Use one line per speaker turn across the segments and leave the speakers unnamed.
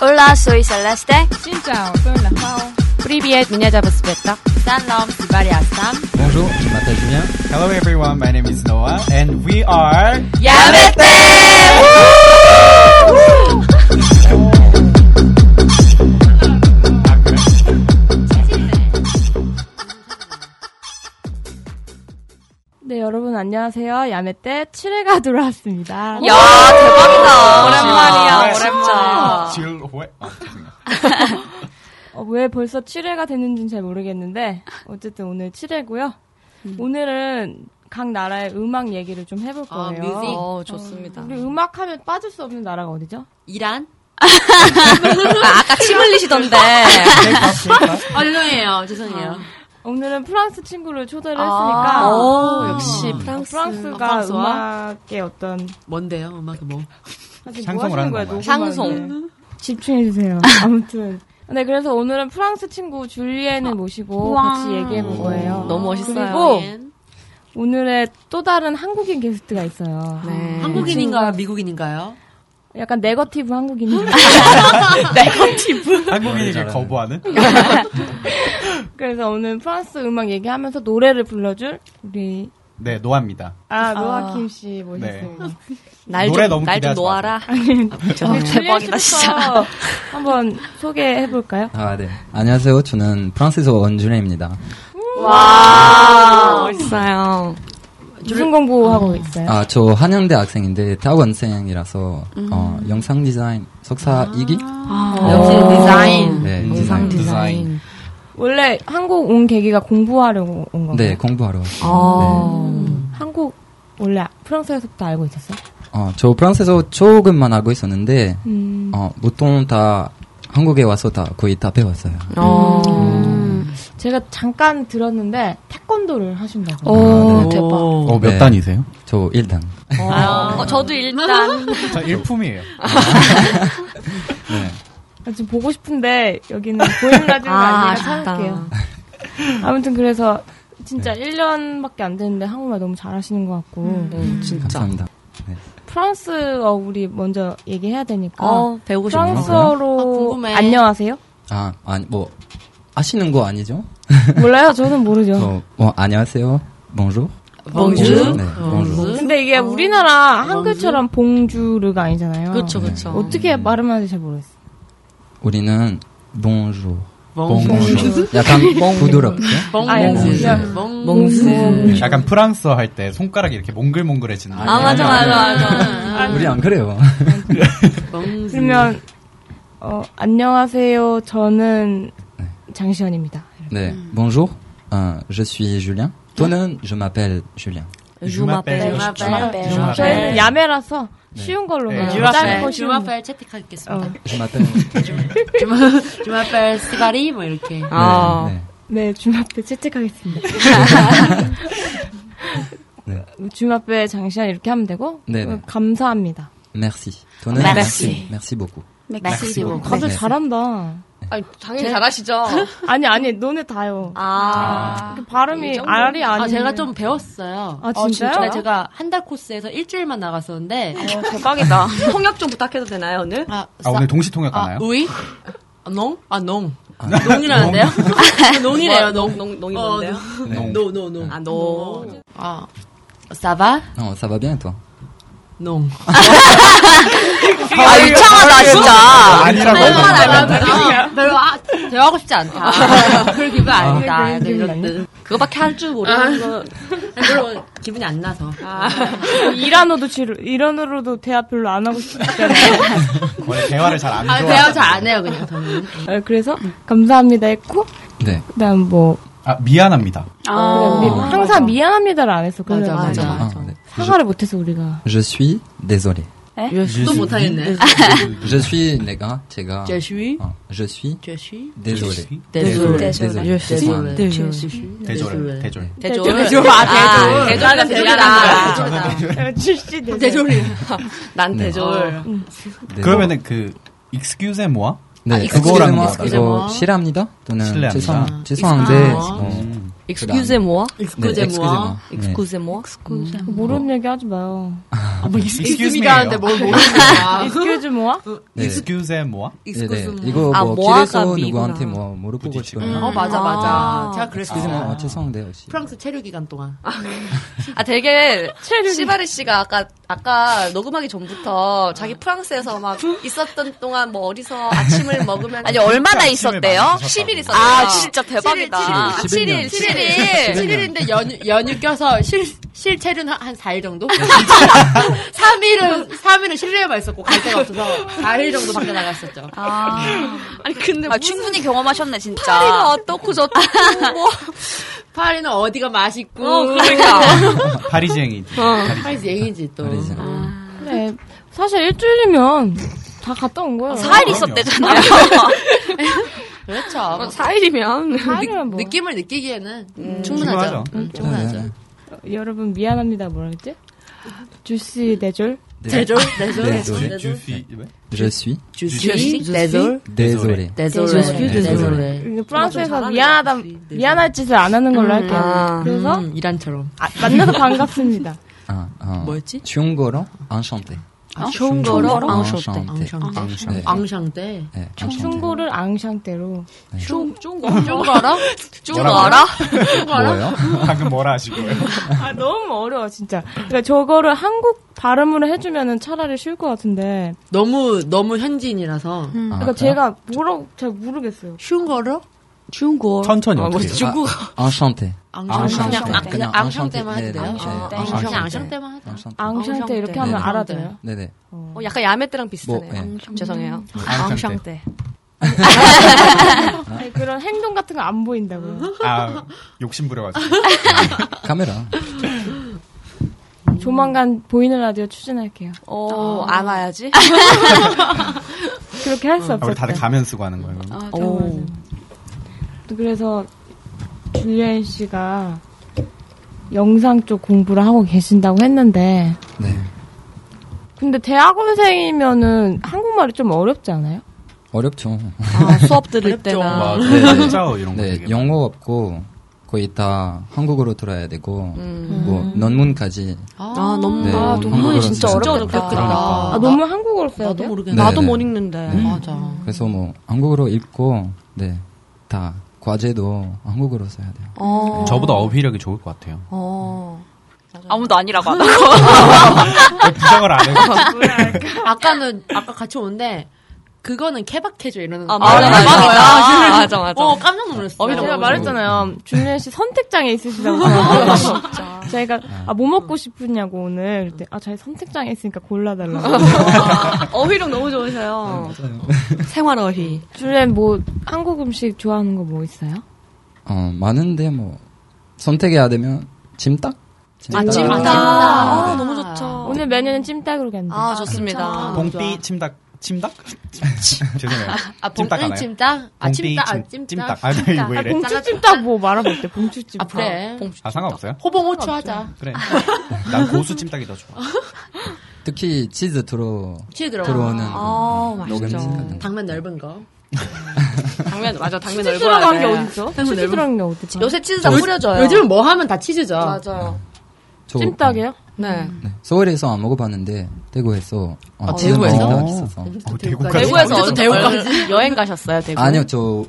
Hola, soy Celeste.
Xin chào, tôi là Hao.
Привет, меня зовут Света.
Salam, Sibaria, Sam.
Bonjour, je m'appelle Julien.
Hello everyone, my name is Noah and we are
네, 여러분 안녕하세요. 야메떼 7회가 돌아왔습니다.
야,
아,
대박이다. 아,
오랜만이야,
진짜.
지을 회. 아, 죄송해요.
어, 왜 벌써 7회가 됐는지는 잘 모르겠는데 어쨌든 오늘 7회고요. 오늘은 각 나라의 음악 얘기를 좀 해볼
아,
거예요.
뮤직.
어, 좋습니다.
우리 음악 하면 빠질 수 없는 나라가 어디죠?
이란?
아, 까침 흘리시던데.
아, 죄송해요. 죄송해요.
아, 오늘은 프랑스 친구를 초대를 했으니까
오, 역시 프랑스.
아,
프랑스가
프랑스와?
음악의 어떤
뭔데요? 음악이 뭐?
사실 뭐
상송을
하시는
하는
거야?
건가요?
상송.
집중해주세요. 아무튼. 네, 그래서 오늘은 프랑스 친구 줄리엔을 모시고 같이 얘기해본 거예요.
음, 너무 멋있어요.
그리고 오늘의 또 다른 한국인 게스트가 있어요.
네.
한국인인가요? 미국인인가요?
약간 네거티브 한국인.
한국인에게
아, 잘하네.
거부하는?
그래서 오늘 프랑스 음악 얘기하면서 노래를 불러줄 우리
네, 노아입니다.
아 노아킴 씨 모셨습니다.
네. 날
노래
좀,
너무
날 좀
기대하지
놓아라.
우리 줄리엔
대박이다,
씨부터 한번 소개해 볼까요?
아, 네. 안녕하세요. 저는 프랑스에서 온 준혜입니다.
아, 멋있어요.
무슨 공부하고
네.
있어요?
아, 저 한양대 학생인데 타원생이라서 어, 영상 디자인 석사 2기?
아,
어,
역시 디자인.
네, 디자인.
디자인.
원래 한국 온 계기가 공부하려고 온 건가요? 아.
네, 공부하러 왔어요.
한국 원래 프랑스에서부터 알고 있었어요?
네. 어, 저 프랑스에서 조금만 알고 있었는데
음.
어, 보통 다 한국에 와서 다 거의 다 배웠어요. 아.
어.
음.
음.
제가 잠깐 들었는데 태권도를 하신다고.
오, 대박.
어,
몇
단이세요?
네. 저 1단.
아.
어, 저도 일단.
저 일품이에요. 네.
아, 지금 보고 싶은데 여기는 보이는 라디오가
아,
아니라
아쉽다.
참을게요. 아무튼 그래서 진짜 1년밖에 안 됐는데 한국말 너무 잘하시는 것 같고
음. 네,
진짜.
감사합니다.
프랑스어 우리 먼저 얘기해야 되니까
어, 배우고 싶어.
아,
프랑스어로
궁금해.
안녕하세요?
아, 아니 뭐 아시는 거 아니죠?
몰라요? 저는 모르죠.
어, 어, 안녕하세요. bonjour.
봉주?
네, 봉주.
근데 이게 우리나라 한글처럼 봉주르가 아니잖아요.
그쵸,
네.
그쵸.
음.
어떻게 말을 하는지 잘 모르겠어요.
우리는 bonjour.
봉주.
bonjour. 약간 부드럽죠?
아,
봉주.
예.
봉주.
음.
음, 약간 프랑스어 할 때 손가락이 이렇게 몽글몽글해지는.
아, 맞아, 맞아, 맞아.
우리 안 그래요.
봉주.
그러면 어, 안녕하세요. 저는 장시현입니다.
네. Bonjour. 어, je suis Julien. 또는 je m'appelle Julien.
주마벨.
주마벨.
저희는 야매라서 쉬운 걸로 어.
네,
그냥
유라셀.
짧고 쉬운 거.
주마펠 채택하겠습니다.
Je m'appelle.
주마- 주마펠 스바리 뭐 이렇게.
아.
네,
네, 주마페 채택하겠습니다.
네.
주마페 장시현 이렇게 하면 되고
네, 네.
어, 감사합니다.
Merci. 또는 merci. Merci beaucoup.
맥시고.
다들
네.
잘한다.
아니, 당연히 잘하시죠?
아니 아니 너네 다요.
아.
그 발음이 알이 아니.
아, 제가 좀 배웠어요.
아 진짜요?
근데 제가 한 달 코스에서 일주일만 나갔었는데
어, 대박이다. 통역 좀 부탁해도 되나요, 오늘?
아,
아, 오늘 동시 통역
아,
하나요?
우이? 아, 농? 아, 농. 농이라는데요? 농이래요, 농.
농, 농이
어,
뭐, 뭔데요?
농.
노, 노, 농.
아, 농.
아, 사바?
Non, ça va bien et toi?
농.
아, 유창하다, 진짜.
아니라고.
별로, 별로 아, 대화하고 싶지 않다. 그럴 기분 아. 아니다. 약간 이런 뜻.
그거밖에 할 줄 모르는
아.
거.
별로 기분이 안 나서.
이란어도 지루 이란어로도 대화 별로 안 하고 싶잖아요.
원래 대화를 잘 안
아,
좋아.
대화 잘 안 해요, 그냥 저는.
어, 그래서 감사합니다 했고
네.
그다음 뭐
아, 미안합니다.
미- 항상 미안합니다를 안 했어. 그래서
아. 맞아, 맞아.
Ah, 네.
사과를 못해서 우리가
Je suis désolé.
또 못하겠네.
Je suis, les gars, les gars.
제슈이?
Ah, Je suis
제슈이?
désolé.
대졸. 대졸.
Désolé.
대졸.
대졸. 대졸.
대졸. 대졸. 아,
네.
대졸. 아, 대졸. 대졸.
출시 대제
대졸이.
아, 난
네.
대졸.
어.
Désolé.
그러면은 그 아, excuse moi
네,
excuse
그거랑
moi,
뭐,
excuse
이거
moi.
싫어합니다. 또는
실례합니다.
죄송, 죄송한데,
아.
뭐,
음.
Excusez moi.
네,
익스쿠제 모아.
excusez-moi. 네.
Excusez moi.
익스쿠제.
음. 모르는 얘기 하지 마요.
아뭐
Excuse
익스큐즈미가 하는데
me예요.
뭘 모르겠어.
익스큐즈 모아?
네.
Excuse moi.
네네.
익스쿠즈
이거
아,
뭐
모아가
길에서
미구나.
누구한테 뭐 물어보고
부딪히거나.
싶으면
어, 맞아,
아.
맞아.
아.
제가 그랬어요.
아, 죄송한데 혹시
프랑스 체류 기간 동안.
아 되게 시바리 씨가 아까 아까 녹음하기 전부터 자기 프랑스에서 막 있었던 동안 뭐 어디서 아침을 먹으면
아니 얼마나 있었대요?
10일 그러니까 있었어요.
아 진짜 대박이다. 아,
7일, 7일. 7일.
7일인데 연휴, 연휴 껴서 실, 실체류는 한 4일 정도? 3일은, 3일은 실내에만 있었고, 갈 데가 없어서 4일 정도 밖에 나갔었죠.
아니 근데
아, 충분히 경험하셨네 진짜.
파리가 어떻고 저렇고 뭐.
파리는 어디가 맛있고,
그러니까.
그러니까. 어, 파리쟁이.
파리에서 예인지 또.
말이죠.
네. 사실 일주일이면 다 갔다 온 거예요.
4일 있었대잖아요.
그렇죠.
어,
4일이면
사일이면 뭐.
느낌을 느끼기에는
음,
음,
충분하죠.
충분하죠.
음, 충분하죠.
네,
여러분 미안합니다 뭐라겠지? 주시 네줄
네.
대졸, 대졸,
네,
대졸,
네.
주피.
Je suis
주시, 대졸,
désolé.
대졸,
네, 대졸.
프랑스에서 미안하다 미안할 짓을 안 하는 걸로 할게요. 그래서 아,
음, 이란처럼.
만나서 반갑습니다.
아, 어.
뭐였지?
좋은 거로 enchanté.
아,
좋은 거로
enchanté.
아, 앙샹 때.
네.
앙샹 때.
네, enchanté.
충고를 앙샹대로
좋은 거.
좀 알아?
좀 알아?
뭐예요?
방금 뭐라 하시고요?
아 너무 어려워 진짜. 그러니까 저거를 한국 발음으로 해주면은 차라리 쉬울 것 같은데.
너무 너무 현지인이라서
아,
그러니까 제가 뭐라고 잘 모르겠어요.
쉬운 거로
좋은 거.
천천히
아,
어떻게
중국
enchanté.
앙샹
enchanté.
그냥 그냥 앙샹 때만
네,
해도 돼요.
네, 네.
앙샹 그냥 앙샹 때만 해도.
enchanté.
앙샹대 이렇게 하면
네.
알아줘요. 어,
네네.
어, 약간 야매때랑 비슷하네요.
뭐, 예.
음, 죄송해요.
앙샹
앙샹 때.
아니, 그런 행동 같은 거 안 보인다고요.
아, 욕심 부려가지고.
카메라.
조만간 보이는 라디오 추진할게요.
어, 안 와야지.
그렇게 할 수
아, 우리 다들
없었어요.
가면 쓰고 하는 거예요.
아,
오.
그래서 줄리엔 씨가 영상 쪽 공부를 하고 계신다고 했는데
네.
근데 대학원생이면은 한국말이 좀 어렵지 않아요?
어렵죠.
아, 수업 들을
아,
때나.
네, 네.
진짜요 이런 거.
네,
되게
영어 없고 거의 다 한국어로 들어야 되고 뭐
음.
논문까지
아, 너무 아, 논문이
네,
그러니까
한국어는
진짜
진짜
어렵겠다.
그러니까.
아, 너무 한국어로 써야
나도
돼요?
모르겠네.
네.
나도 못 읽는데.
네.
맞아.
그래서 뭐 한국어로 읽고 네 다 과제도 한국어로 써야 돼요.
어.
저보다 어휘력이 좋을 것 같아요.
어.
음.
아무도 아니라고 하고.
부정을
어,
안 해요.
아까는 아까 같이 오는데 그거는 케바케죠 이러는 거.
아, 맞아, 맞아, 맞아. 맞아, 맞아, 맞아.
어 깜짝 놀랐어.
어, 제가 말했잖아요. 줄리엔 씨 선택장애 있으시다고. 저희가
네.
아, 뭐 먹고 싶으냐고 오늘. 그때 아, 저희 선택장애 있으니까 골라달라고.
어휘력 너무 좋으세요. 생활 어휘.
줄리엔 뭐 한국 음식 좋아하는 거 뭐 있어요?
어 많은데 뭐 선택해야 되면 찜닭?
아, 찜닭.
찜닭.
아, 너무 좋죠.
오늘 메뉴는 찜닭으로 간다.
아, 좋습니다.
봉삐 침닭 침닭? 죄송해요.
아봉
찜닭 하나요?
찜닭. 아
봉삐
찜닭. 아
찜-
찜닭.
찜닭. 아, 이거 왜
아,
이래?
봉추찜닭 뭐 말하면 어때?
아
봉추찜닭.
그래.
아, 상관없어요?
호봉 호추 하자.
그래. 난 고수 찜닭이 더 좋아.
특히 치즈 들어
치즈 들어.
들어오는
아,
그런
맛있죠.
녹음식 같은 거.
당면 넓은 거.
당면, 맞아, 당면
치즈
넓어야
들어간
돼.
게 어딨어? 치즈
넓은-
들어간 게 어딨어?
요새 치즈 다
요-
뿌려줘요.
요즘은 뭐 하면 다 치즈죠.
맞아요.
저,
찜닭이요?
네.
네, 서울에서 안 먹어봤는데 대구에서 어,
아,
치즈
대구에서?
너무 있어서
어, 대구까지.
대구에서
언제 또 대구까지?
얼- 여행 가셨어요, 대구.
아니요 저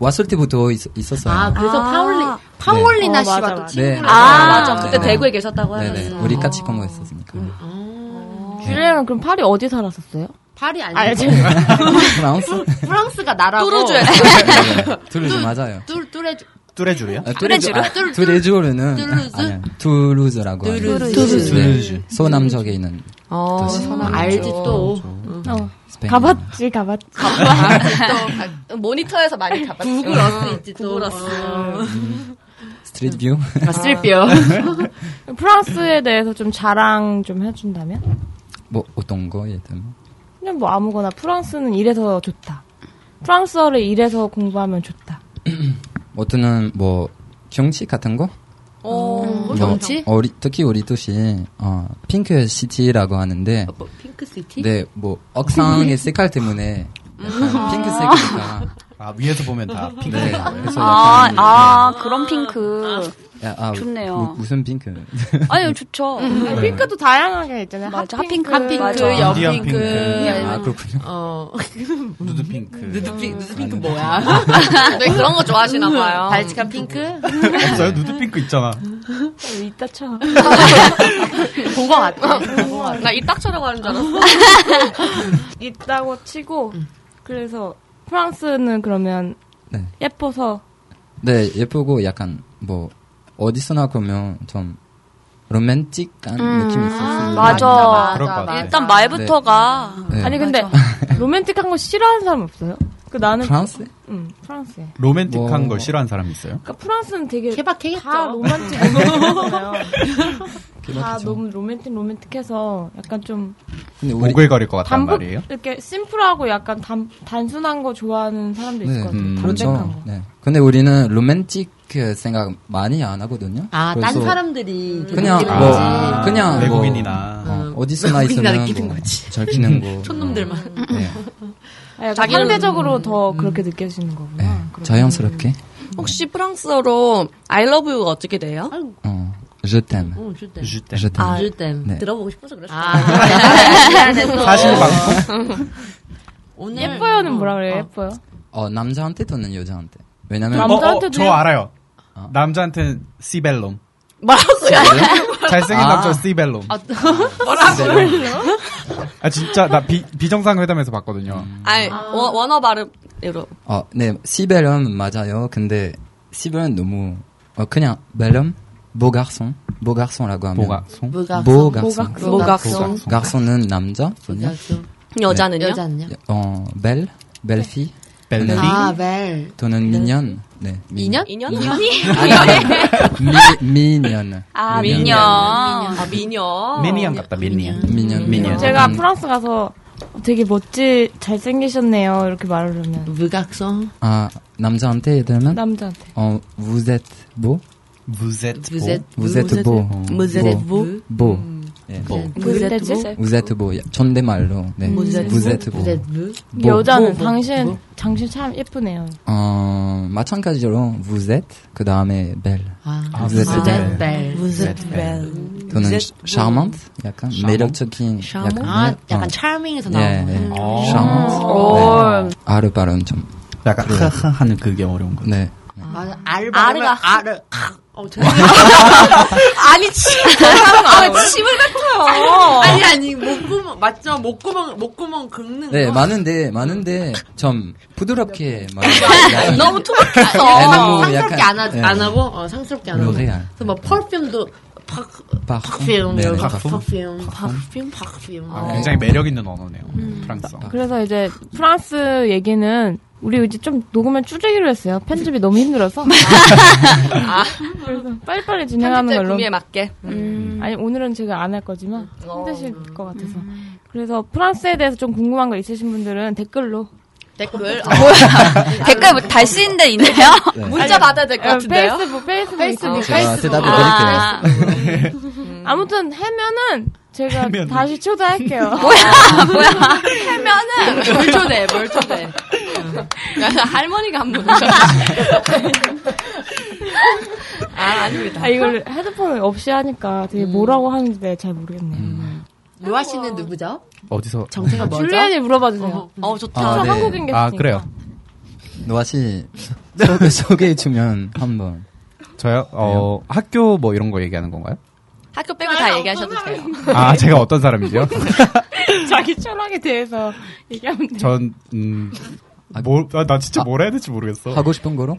왔을 때부터 있, 었어요
아, 그래서 파울리,
네.
파울리나 씨와 또 친구.
네.
어, 아,
맞아.
맞아. 그때
네네.
대구에 계셨다고
네네.
하셨어요. 음,
우리 같이 공부했었으니까. 네.
줄리엔은 그럼 파리 어디 살았었어요?
파리 아니고
알죠.
프랑스?
프랑스가 나라고.
뚫어줘야 돼.
두루즈 네. 맞아요.
뚜, 뚜레,
뚜레쥬르요?
아, 두루즈, 아,
두루즈?
두루즈는
두루즈?
아니요. 두루즈라고 하는
뚜루즈.
네, 서남쪽에 있는
어,
음, 알지 또.
어.
스페인.
가봤지, 가봤지.
또 모니터에서 많이 가봤어요.
구글어스 있지 또.
음.
스트리트 뷰.
아,
쓸뼈.
아. 프랑스에 대해서 좀 자랑 좀 해준다면?
뭐 어떤 거 예를 들면
그냥 뭐 아무거나 프랑스는 이래서 좋다. 프랑스어를 이래서 공부하면 좋다.
어떤은 뭐 경치 같은 거?
어,
뭐
경치?
어리, 특히 우리 도시 어, 핑크 시티라고 하는데
어,
뭐,
핑크시티?
음,
네, 뭐 억상의 색깔 때문에 약간 핑크색이니까
아 위에서 보면 다 핑크.
네. 그래서
아,
약간
아, 그런 핑크.
야, 아,
좋네요.
무, 무슨 핑크?
아니, 좋죠.
음. 핑크도 다양하게 있잖아요.
맞아,
핫핑크. 뭐 네.
핫핑크,
맞아.
그
아,
연
인디언
핑크.
네.
아 그렇군요.
어,
누드 핑크.
누드핑, 누드핑크
아니,
뭐야? 음.
되게 네, 그런 거
음,
좋아하시나 봐요.
발칙한 핑크?
없어요? 누드 핑크 있잖아.
어,
이따 쳐.
본거 같아. 본거 같아.
나 이 딱처럼 하는 줄 알았어.
있다고 치고
음.
그래서 프랑스는 그러면
네.
예뻐서
네 예쁘고 약간 뭐 어디서나 보면 좀 로맨틱한 느낌이 있었어요.
음. 맞아.
그럴 것 같아.
일단 말부터가.
네.
아니 근데 로맨틱한 거 싫어하는 사람 없어요? 그 나는
프랑스?
응 프랑스에.
로맨틱한
뭐.
걸 싫어하는 사람 있어요?
그러니까 프랑스는 되게 다
케바케겠죠.
로맨틱하잖아요. 다
그렇죠.
너무 로맨틱 로맨틱해서 약간 좀
근데 우리
오글거릴 것 같단
담보
말이에요.
이렇게 심플하고 약간 단, 단순한 거 좋아하는 사람도 있을
네,
것 같아요.
음,
담백한
그렇죠.
거.
네. 근데 우리는 로맨틱 그 생각 많이 안 하거든요.
아,
그래서
딴 사람들이.
그냥
그렇게
뭐
아,
그냥 뭐,
외국인이나.
어, 어디서나
외국인이나
있으면
느끼는
뭐,
거지.
잘 피는 거
촌놈들만.
뭐, 네.
아, 약간
자기는- 음.
상대적으로 더 그렇게 느껴지는 거구나.
네. 자연스럽게
혹시 프랑스어로 I love you가 어떻게 돼요?
어, je t'aime,
어, 줄댐.
주때.
je t'aime.
줄댐.
네.
아, 들어보고 싶어서 그랬어. 요
아,
네.
미안해, 또.
사실 방송
오늘
예뻐요는 뭐라 그래요? 예뻐요?
어, 남자한테 또는 여자한테. 왜냐면 어.
남-
어, 어,
남자한테도요?
저 알아요. 남자한테는 시벨롬.
아, 네.
뭐라고요? 잘생긴
아.
남자 시벨롬. 아 진짜 나 비, 비정상 회담에서 봤거든요.
음.
아니 원- 원어 발음으로.
어, 네, 시벨은 맞아요. 근데 시벨은 너무 어, 그냥 벨럼, 보가송, 보가송라고 하면
보가송.
뭐가?
보가송,
보각성.
가송은 남자,
뭐가?
여자는요?
여자는요?
어, 벨, 벨피,
벨리.
아, 벨.
또는 미년, 네, 미년,
인연?
미, 미년,
아,
미녀.
미녀.
아 미녀.
미니언 같다 미니언.
미년, 음. 미년.
제가 프랑스 가서 되게 멋지 잘생기셨네요 이렇게 말하려면
무각성.
아 남자한테 되면
남자한테
어, vous êtes beau,
무젯.
Vous êtes-
vous êtes beau, 어,
무제
beau,
부.
beau.
음.
네,
예,
뭐랬지?
vous êtes beau, 야, 존댓말로, 네, vous êtes beau.
무젯무.
뭐,
여자는
뭐, 뭐,
당신
뭐.
당신 참 예쁘네요.
어, 마찬가지로 vous êtes 그 다음에 belle
아,
vous êtes belle
벨.
또는 charmante 약간 매력적인 약간
아,
네,
약간
어,
차밍에서
예,
나오는.
예.
어.
charmante 네. 아르 발음 좀네 네.
약간 하하 하는 그게 어려운 거.
맞아. 아르 아르가 아르. 아, 음. 어, 저
아니 진짜 사람 아 침을 뱉어요.
아니 아니 목구멍 맞죠? 목구멍 목구멍 긁는
네
거.
많은데 많은데 좀 부드럽게 말해
너무 투박했어.
너무
상스럽게
네. 약간,
안, 하,
예.
안 하고 어, 상스럽게 안 하고.
로레알.
그래서 막 펄퓸도 팍 팍퓸
네, 네,
여기
parfum.
팍퓸 팍퓸
어.
어. 팍퓸.
아, 굉장히 매력 있는 언어네요.
음.
프랑스어.
아,
그래서 이제 프랑스 얘기는 우리 이제 좀 녹음을 줄이기로 했어요. 편집이 너무 힘들어서. 아. 그래서 빨리빨리 진행하는
편집자
걸로. 음.
구미에 맞게. 음.
아니 오늘은 제가 안 할 거지만 힘드실
어.
것 같아서.
음.
그래서 프랑스에 대해서 좀 궁금한 거 있으신 분들은 댓글로
댓글. 아,
댓글 뭐 달씨인데 있네요?
문자 받아야 될 것
어,
같은데요?
페이스북 페이스북
페이스북
제가
페이스북.
대답을 드릴게요
아,
음. 아무튼 해면은 제가 다시 초대할게요.
아, 하면은 뭘 초대, 뭘 초대. 야, 할머니가 한 분. 아 아닙니다.
아, 이걸 헤드폰을 없이 하니까 되게
음.
뭐라고 하는지 잘 모르겠네요.
음.
노아 씨는 누구죠?
어디서?
정체가 뭐죠?
줄리안이 물어봐 주세요.
어 좋다.
아,
저
네.
한국인 게스트니까.
아 그래요.
노아 씨 소개, 소개해주면 한번
저요? 어 학교 뭐 이런 거 얘기하는 건가요?
학교 빼고 다 얘기하셔도 돼요.
아 제가 어떤 사람이죠?
자기 철학에 대해서 얘기하면 돼.
전 음. 뭐, 아, 나 진짜 뭘 해야 될지 모르겠어.
하고 싶은 거로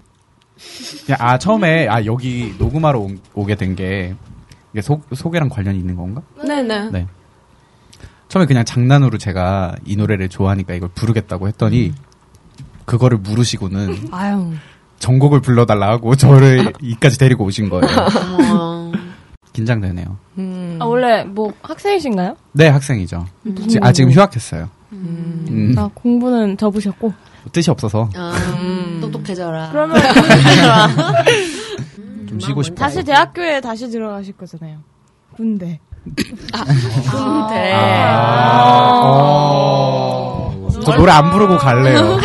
그냥, 아, 처음에, 아, 여기 녹음하러 온- 오게 된 게, 이게 소, 소개랑 관련이 있는 건가?
네네.
네. 처음에 그냥 장난으로 제가 이 노래를 좋아하니까 이걸 부르겠다고
음.
했더니, 그거를 물으시고는,
아유.
전곡을 불러달라 하고, 저를 이까지 데리고 오신 거예요.
어,
긴장되네요.
음.
아, 원래 뭐 학생이신가요?
네, 학생이죠. 지- 아, 지금 휴학했어요. 음,
아, 공부는 접으셨고.
뜻이 없어서,
어, 똑똑해져라.
그러면
좀 쉬고 싶어요.
다시 대학교에 다시 들어가실 거잖아요.
아,
군대.
네. 군대.
아, 어. 아. 저 노래 안 부르고 갈래요.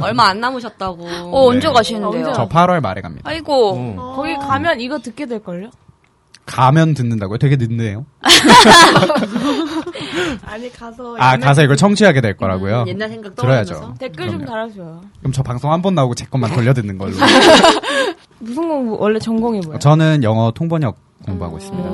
얼마 안 남으셨다고.
어, 언제
네.
가시는데요?
저 8월 말에 갑니다.
아이고.
오.
거기 가면 이거 듣게 될걸요?
가면 듣는다고요? 되게 늦네요.
아니, 가서.
아, 가서 이걸 청취하게 될 거라고요?
음, 옛날 생각
들어야죠.
떠올리면서.
댓글 좀
그럼요.
달아줘요.
그럼 저 방송 한 번 나오고 제 것만 돌려듣는 걸로.
무슨 공 원래 전공이 뭐예요?
저는 영어 통번역 공부하고 있습니다.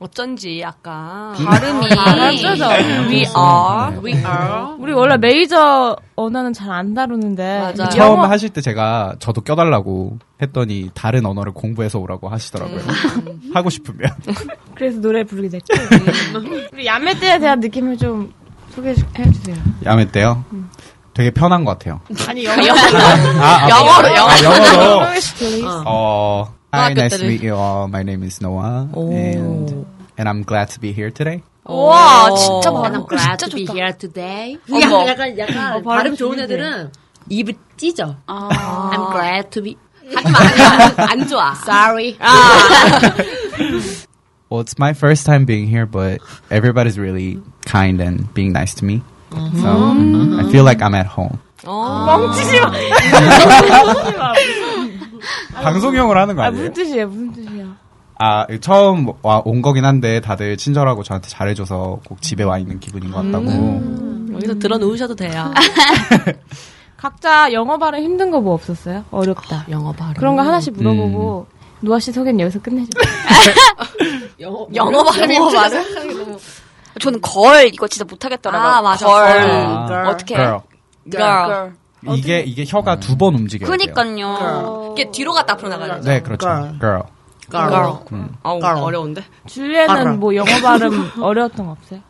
어쩐지 약간
발음이.
아,
아,
네. We are.
We
네.
are.
우리 원래 메이저 언어는 잘 안 다루는데
맞아요.
처음 하실 때 제가 저도 껴달라고 했더니 다른 언어를 공부해서 오라고 하시더라고요.
음.
하고 싶으면.
그래서 노래 부르게 됐고
네.
우리 야매 때에 대한 느낌을 좀 소개해주세요.
야매 때요? 되게 편한 것 같아요.
음.
아니 영어
아, 아,
영어로, 영어로.
아, 영어로.
어.
어.
아,
Hi,
학교
nice
때를.
to meet you all. My name is Noah. And, and I'm glad to be here today.
와,
어,
진짜
And I'm
바람.
glad
진짜
to be
좋다.
here today.
어머.
약간, 약간, 약간
어, 발음
발음 좋은
좋은데.
애들은 입이 찢어.
아.
I'm glad to be
하지마 안, 안 좋아.
sorry.
Well, it's my first time being here, but everybody's really kind and being nice to me. So
Mm-hmm.
mhm, I feel like I'm at home.
어.
멍치지 아,
음.
마. 멍치지 마.
방송용으로 하는 거
아 무슨 뜻이에요? 무슨 뜻이에요?
아, 처음 와, 온 거긴 한데 다들 친절하고 저한테 잘해줘서 꼭 집에 와 있는 기분인 것 같다고.
음.
여기서 들어 놓으셔도 돼요.
각자 영어 발음 힘든 거 뭐 없었어요? 어렵다.
아, 영어 발음.
그런 거 하나씩 물어보고
음.
노아 씨 소개는 여기서 끝내죠.
영어,
영어 발음이 맞아.
저는 걸 이거 진짜 못하겠더라고요.
아, 맞아.
걸.
아,
girl.
어떻게?
girl.
girl.
girl.
이게, 이게 혀가 두 번 움직여요.
그니까요.
이게 뒤로 갔다 앞으로 나가는.
네, 그렇죠.
girl.
girl.
girl.
음.
아우
Girl.
어려운데.
줄리에는
발음.
뭐 영어 발음 어려웠던 거 없어요?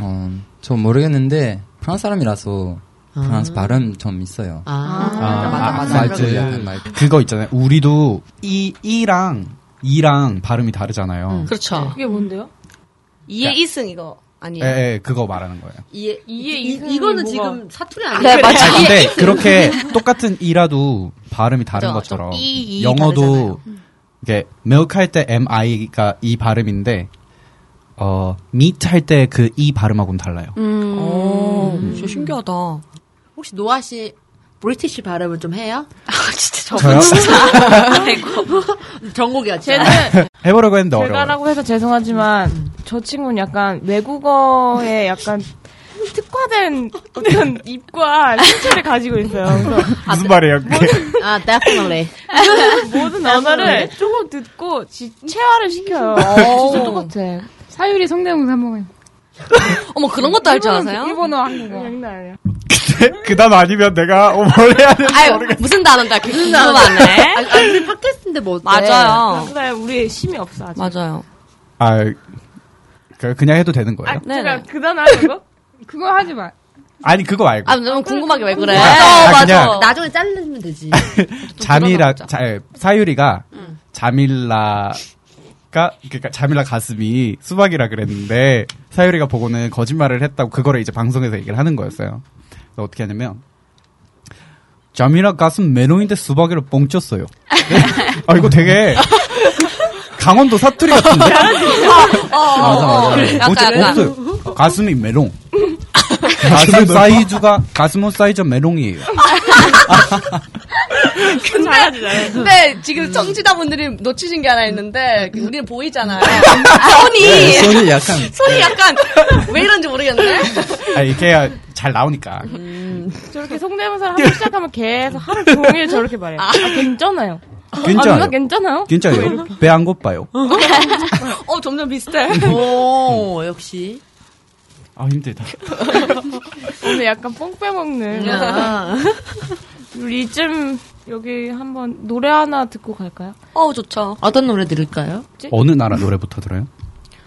어, 저 모르겠는데 프랑스 사람이라서 프랑스 발음 좀 있어요.
아.
맞아, 맞아.
말투.
약간 말투.
그거 있잖아요. 우리도 이, 이랑, 이랑 발음이 다르잖아요.
그렇죠.
그게 뭔데요?
이에 이승 이거 아니에요.
예, 예, 그거 말하는 거예요.
아,
이에, 이에, 이,
이승이
이거는
뭐가-
지금 사투리 아니야?
네, 맞아.
아, 근데 그렇게 똑같은 이라도 발음이 다른
예. 그죠,
것처럼
좀 이, 이
영어도 이게 milk 할 때 m i가 이 발음인데 어 meat 할 때 그 이 발음하고는 달라요.
오, 진짜 신기하다.
혹시 노아 씨, 브리티시 발음을 좀 해요?
저요?
전곡이었죠.
해보려고 했는데 아, 어려워요.
제가라고 해서 죄송하지만 저 친구는 약간 외국어에 약간 특화된 어떤 입과 신체를 가지고 있어요. 그래서
무슨 말이에요? 그게?
아, definitely.
모든 언어를 조금 듣고 지- 체화를 시켜요. 진짜 똑같아.
사유리 성대모사 한번 해요.
어머 그런 것도 할 줄 아세요?
일본어, 한국어.
장난 아니야.
그 다음 아니면 내가 어, 뭘 해야 되는지
아유 무슨 단어인가 궁금하네.
아, 아, 우리 팟캐스트인데 뭐. 어때?
맞아요.
근데 네. 우리 심이 없어 아직.
맞아요.
아 그- 그냥 해도 되는 거예요?
네.
제가 그 단어 하는 거?
그거 하지 마.
아니 그거 말고
아 너무 궁금하게 왜 그래?
아, 그냥
어, 나중에 자르면 되지.
자밀라
들어가보자.
자, 예, 사유리가 자밀라가 그러니까 자밀라 가슴이 수박이라 그랬는데 사유리가 보고는 거짓말을 했다고 그거를 이제 방송에서 얘기를 하는 거였어요. 그래서 어떻게 하냐면 자밀라 가슴 메롱인데 수박이로 뻥쳤어요. 아 이거 되게 강원도 사투리 같은데
어,
어,
맞아 맞아.
약간
어째-
약간
없어요. 가슴이 메롱.
아,
가슴
뭐-
사이즈가 가슴 사이즈 메롱이에요.
근데 지금 청취자분들이 놓치신 게 하나 있는데 우리는 보이잖아요. 손이
네, 손이 약간
손이 약간 왜 이런지 모르겠네.
아, 이렇게 잘 나오니까.
음.
저렇게 성대모사를 하기 시작하면 계속 하루 종일 저렇게 말해요. 아, 괜찮아요. 아, 누나
괜찮아요.
괜찮아요? 뭐
괜찮아요. 배 안 고파요.
어 점점 비슷해.
오, 역시.
아 힘들다.
오늘 약간 뽕 빼먹는.
아.
우리 이쯤 여기 한번 노래 하나 듣고 갈까요?
어 좋죠.
어떤 노래 들을까요?
어느 나라 노래부터 들어요?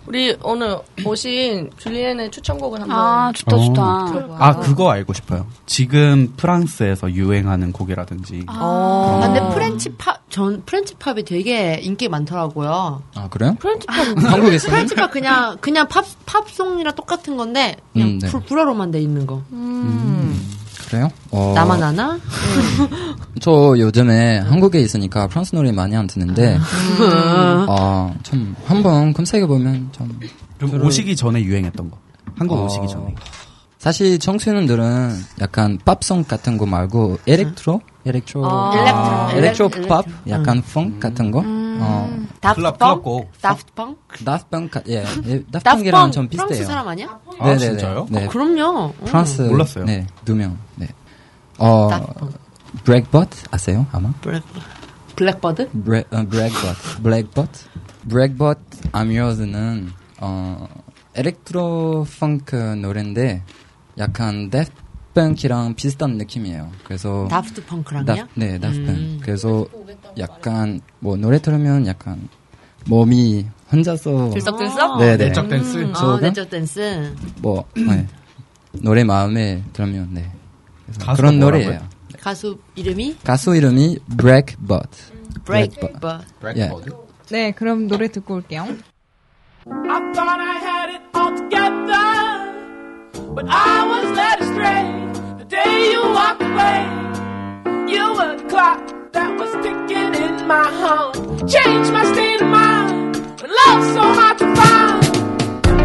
우리 오늘 오신 줄리엔의 추천곡을 한번.
아, 좋다,
어.
좋다.
아 그거 알고 싶어요. 지금 프랑스에서 유행하는 곡이라든지 어.
아, 근데 프렌치 팝, 전 프렌치 팝이 되게 인기 많더라고요.
아 그래요?
프렌치 팝
한국에서
프렌치 팝 그냥, 그냥 팝, 팝송이랑 똑같은 건데, 그냥
음, 네.
불, 불어로만 돼 있는 거. 음.
그래요? 어,
나만 아나?
저 요즘에 한국에 있으니까 프랑스 노래 많이 안 듣는데 아참 한번 검색해 보면 좀
그럼 오시기 전에 유행했던 거. 한국
어.
오시기 전에
사실 청소년들은 약간 팝송 같은 거 말고 에렉트로, 에렉트로,
아.
에렉트로
엘렉-
팝, 약간 펑 같은 거. 어,
다프펑?
클럽곡.
다프펑?
다프펑, 가- 예, 예,
다프펑
다프펑이랑 좀
프랑스
비슷해요.
사람 아니야?
아, 진짜요?
네,
그럼요. 어.
프랑스
음. 몰랐어요.
네, 두 명. 네. 어,
다프펑.
브렉봇 아세요? 아마.
블랙, 블랙버드?
브레, 어, 브렉봇. 브렉봇. 브렉봇 아미어즈는 어, 엘렉트로 펑크 노래인데 약간 데프펑키랑 비슷한 느낌이에요. 그래서
다프트 펑크랑요? 음.
다- 네, 다프펑. 그래서 약간 뭐 노래 들으면 약간 몸이 혼자서
들썩들썩?
네, 네.
내적 댄스.
어,
저는?
내적 댄스. 음.
뭐 네. 노래 마음에 들으면 네. 그래서
가수가
그런
뭐라고요?
노래예요.
가수 이름이
가수 이름이 브렉봇.
브레이크버드.
예.
네, 그럼 노래 듣고 올게요.
I thought I had it all together, but I was led astray. The day you walked away, you were the clock that was ticking in my heart. Changed my state of mind, when love's so hard to find.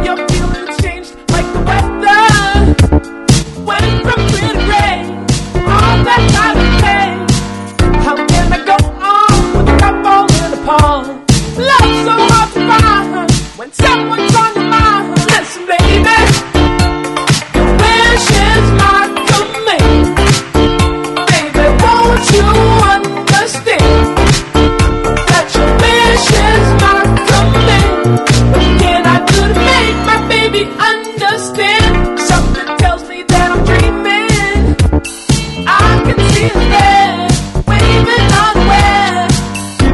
Your feelings changed like the weather, went from clear to gray. All that time and pain, how can I go on with a cup all in a palm? Love's so hard to find when someone's on your mind. Listen, baby, your wish is my command. Baby, won't you understand that your wish is my command? What can I do to make my baby understand? Something tells me that I'm dreaming. I can see it there, waving unaware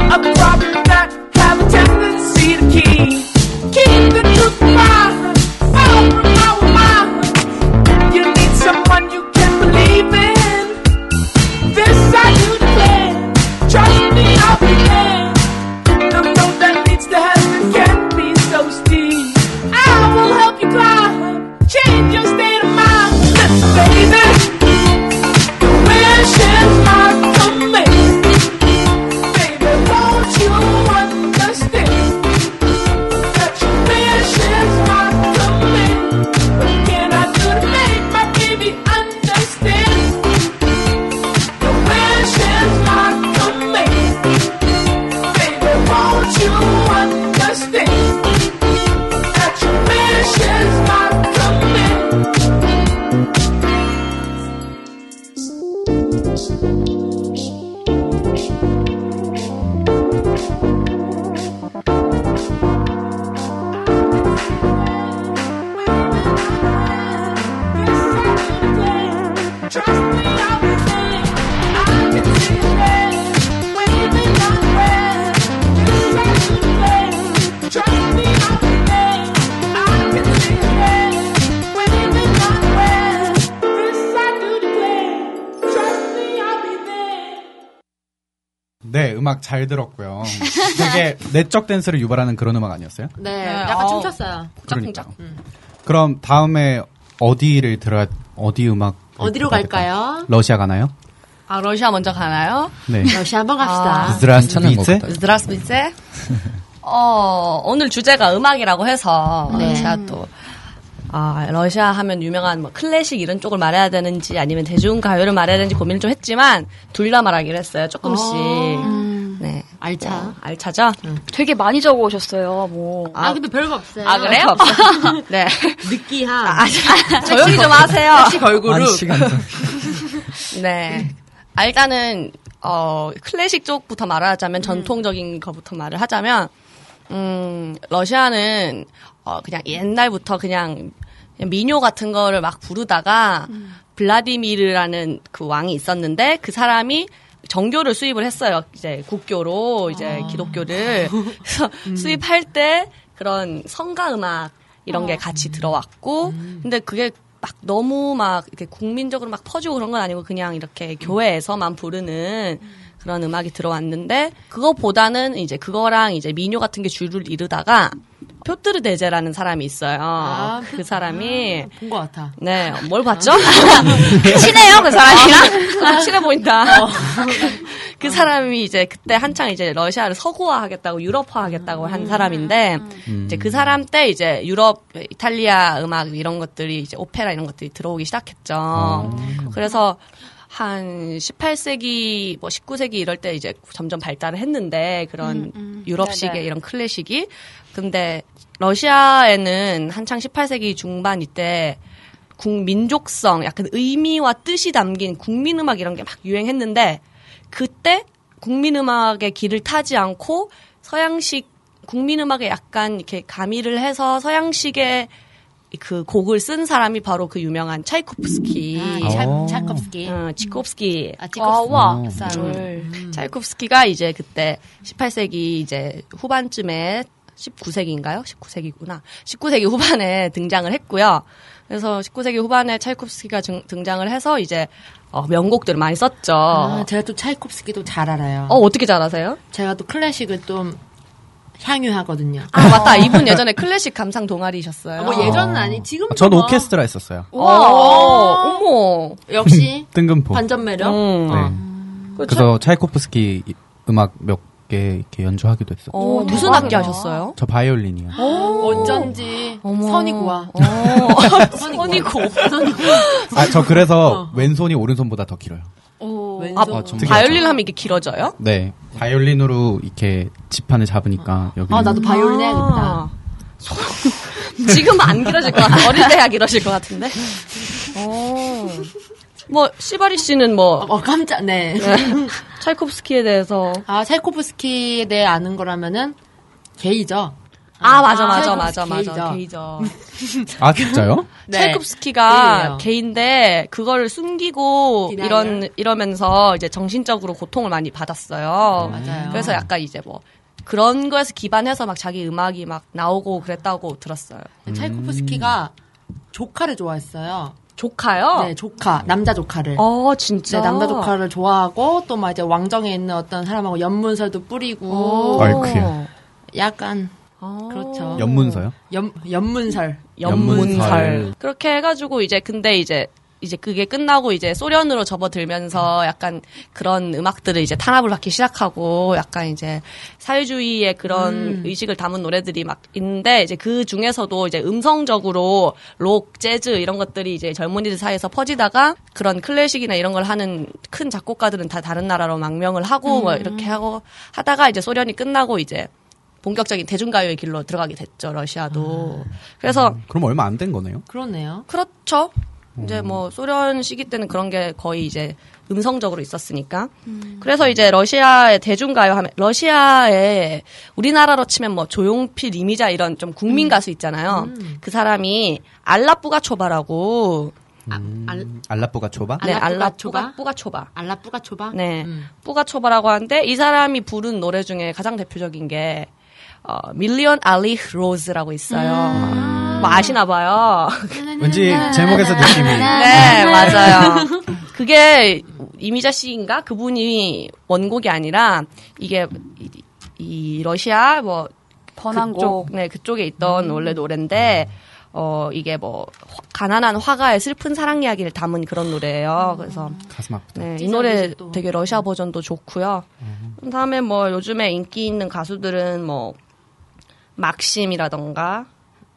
a problem that have a tendency to keep keep the truth in mind, far from our mind. You need someone you can believe in. This I do declare. Trust me, I'll be there. The road that leads to heaven can be so steep. I will help you climb, change your state of mind. Listen, baby. Your wish is my command. Baby, won't you understand that your wish is my command? What can I do to make my baby understand? Your wish is my command. Baby, won't you understand that your wish is my command?
네, 음악 잘 들었고요. 되게 내적 댄스를 유발하는 그런 음악 아니었어요?
네, 약간 춤췄어요.
그러니까.
음.
음.
그럼 다음에 어디를 들어야 어디 음악
어디로 갈까요?
러시아 가나요?
아, 러시아 먼저 가나요?
네.
러시아 한번 갑시다.
괜찮은 것
드라스비트
같아요.
드라스미제? 어, 오늘 주제가 음악이라고 해서
네.
제가 또 아, 러시아 하면 유명한 뭐 클래식 이런 쪽을 말해야 되는지 아니면 대중 가요를 말해야 되는지 고민을 좀 했지만 둘 다 말하기로 했어요. 조금씩. 네.
알차.
알차죠?
되게 많이 적어오셨어요. 뭐
아, 근데 별거 없어요.
아, 그래요? 네.
느끼함.
아, 아, 조용히 좀 하세요.
한 시간 전.
네. 아, 일단은, 어, 클래식 쪽부터 말하자면, 전통적인 거부터 말을 하자면, 음, 러시아는, 어, 그냥 옛날부터 그냥, 그냥 민요 같은 거를 막 부르다가, 블라디미르라는 그 왕이 있었는데, 그 사람이 정교를 수입을 했어요. 이제 국교로, 이제 기독교를. 그래서 수입할 때, 그런 성가 음악, 이런 게 같이 들어왔고, 근데 그게 막 너무 막 이렇게 국민적으로 막 퍼지고 그런 건 아니고 그냥 이렇게 교회에서만 부르는 그런 음악이 들어왔는데 그거보다는 이제 그거랑 이제 민요 같은 게 줄을 이루다가 표트르 대제라는 사람이 있어요.
아,
그 사람이
본 것 같아.
네, 뭘 봤죠? 친해요, 그 사람이랑? 친해 보인다. 그 사람이 이제 그때 한창 이제 러시아를 서구화하겠다고 유럽화하겠다고 한 사람인데 이제 그 사람 때 이제 유럽, 이탈리아 음악 이런 것들이 이제 오페라 이런 것들이 들어오기 시작했죠. 그래서 한 18세기 뭐 19세기 이럴 때 이제 점점 발달을 했는데 그런 유럽식의
음, 네네.
이런 클래식이 근데 러시아에는 한창 18세기 중반 이때 국민족성 약간 의미와 뜻이 담긴 국민음악 이런 게 막 유행했는데 그때 국민음악의 길을 타지 않고 서양식 국민음악에 약간 이렇게 가미를 해서 서양식의 그 곡을 쓴 사람이 바로 그 유명한 차이코프스키
아, 차-
오.
차이콥스키.
어, 지콥스키.
아,
아,
지콥스키.
와.
음.
차이콥스키가 이제 그때 18세기 이제 후반쯤에 19세기인가요? 19세기구나. 19세기 후반에 등장을 했고요. 그래서 19세기 후반에 차이콥스키가 등- 등장을 해서 이제 어, 명곡들을 많이 썼죠.
아, 제가 또 차이콥스키도 잘 알아요.
어, 어떻게 잘 아세요?
제가 또 클래식을 좀 향유하거든요.
아, 맞다. 이분 예전에 클래식 감상 동아리셨어요.
뭐 예전은 아니, 지금.
전 오케스트라 했었어요.
와, 어머.
역시
음, 뜬금포.
반전 매력. 아.
음.
네. 그래서 차이코프스키 이- 음악 몇 개 이렇게 연주하기도 했었고.
어, 무슨 악기 하셨어요?
저 바이올린이요.
어쩐지 선이 고와.
선이 고.
아, 저 그래서
어.
왼손이 오른손보다 더 길어요.
아,
왼손.
정말.
바이올린 하면 이게 길어져요?
네. 바이올린으로 이렇게 지판을 잡으니까 여기.
아, 나도 바이올린 해야겠다.
아. 지금 안 길어질 것 같아. 어릴 때야 길어질 것 같은데. 어. 뭐 시바리 씨는 뭐
어, 깜짝, 네.
차이콥스키에 대해서
아, 차이코프스키에 대해 아는 거라면은, 게이죠.
아 맞아 맞아 맞아
차이콥스키
맞아
게이죠.
게이죠.
아, 진짜요?
차이콥스키가
게이예요.
게인데 그거를 숨기고
디나이얼.
이런 이러면서 이제 정신적으로 고통을 많이 받았어요.
맞아요.
그래서 약간 이제 뭐 그런 거에서 기반해서 막 자기 음악이 막 나오고 그랬다고 들었어요.
차이코프스키가 조카를 좋아했어요.
조카요?
네, 조카. 남자 조카를.
어 진짜.
네, 남자 조카를 좋아하고, 또 막 이제 왕정에 있는 어떤 사람하고 연문설도 뿌리고,
오.
아이쿠야.
약간,
어.
그렇죠.
연문서요?
연, 연문설. 네.
연문설.
그렇게 해가지고 이제 근데 이제 이제 그게 끝나고 이제 소련으로 접어들면서 약간 그런 음악들을 이제 탄압을 받기 시작하고 약간 이제 사회주의의 그런 의식을 담은 노래들이 막 있는데 이제 그 중에서도 이제 음성적으로 록, 재즈 이런 것들이 이제 젊은이들 사이에서 퍼지다가 그런 클래식이나 이런 걸 하는 큰 작곡가들은 다 다른 나라로 망명을 하고 뭐 이렇게 하고 하다가 이제 소련이 끝나고 이제 본격적인 대중가요의 길로 들어가게 됐죠 러시아도 그래서
그럼 얼마 안 된 거네요?
그렇네요.
그렇죠 이제 뭐 소련 시기 때는 그런 게 거의 이제 음성적으로 있었으니까 그래서 이제 러시아의 대중가요 하면 러시아에 우리나라로 치면 뭐 조용필 이미자 이런 좀
음.
국민 가수 있잖아요 그 사람이 알라뿌가초바라고
알,
음, 알라뽀가 초바?
네
알라뿌가초바?
알라뿌가 뿌가초바
알라뿌가초바?
네.
음.
뿌가초바라고 하는데 이 사람이 부른 노래 중에 가장 대표적인 게 어, 밀리언 알리 로즈라고 있어요.
음.
뭐 아시나 봐요.
왠지 제목에서 느낌이.
네, 맞아요. 그게 이미자 씨인가 그분이 원곡이 아니라 이게 이, 이 러시아 뭐
번안곡. 음.
그쪽, 네, 그쪽에 있던 원래 노래인데 어 이게 뭐 화- 가난한 화가의 슬픈 사랑 이야기를 담은 그런 노래예요. 그래서
가슴 아프다.
네, 이
찢어지지
노래
또.
되게 러시아 버전도 좋고요. 그다음에 뭐 요즘에 인기 있는 가수들은 뭐 막심이라던가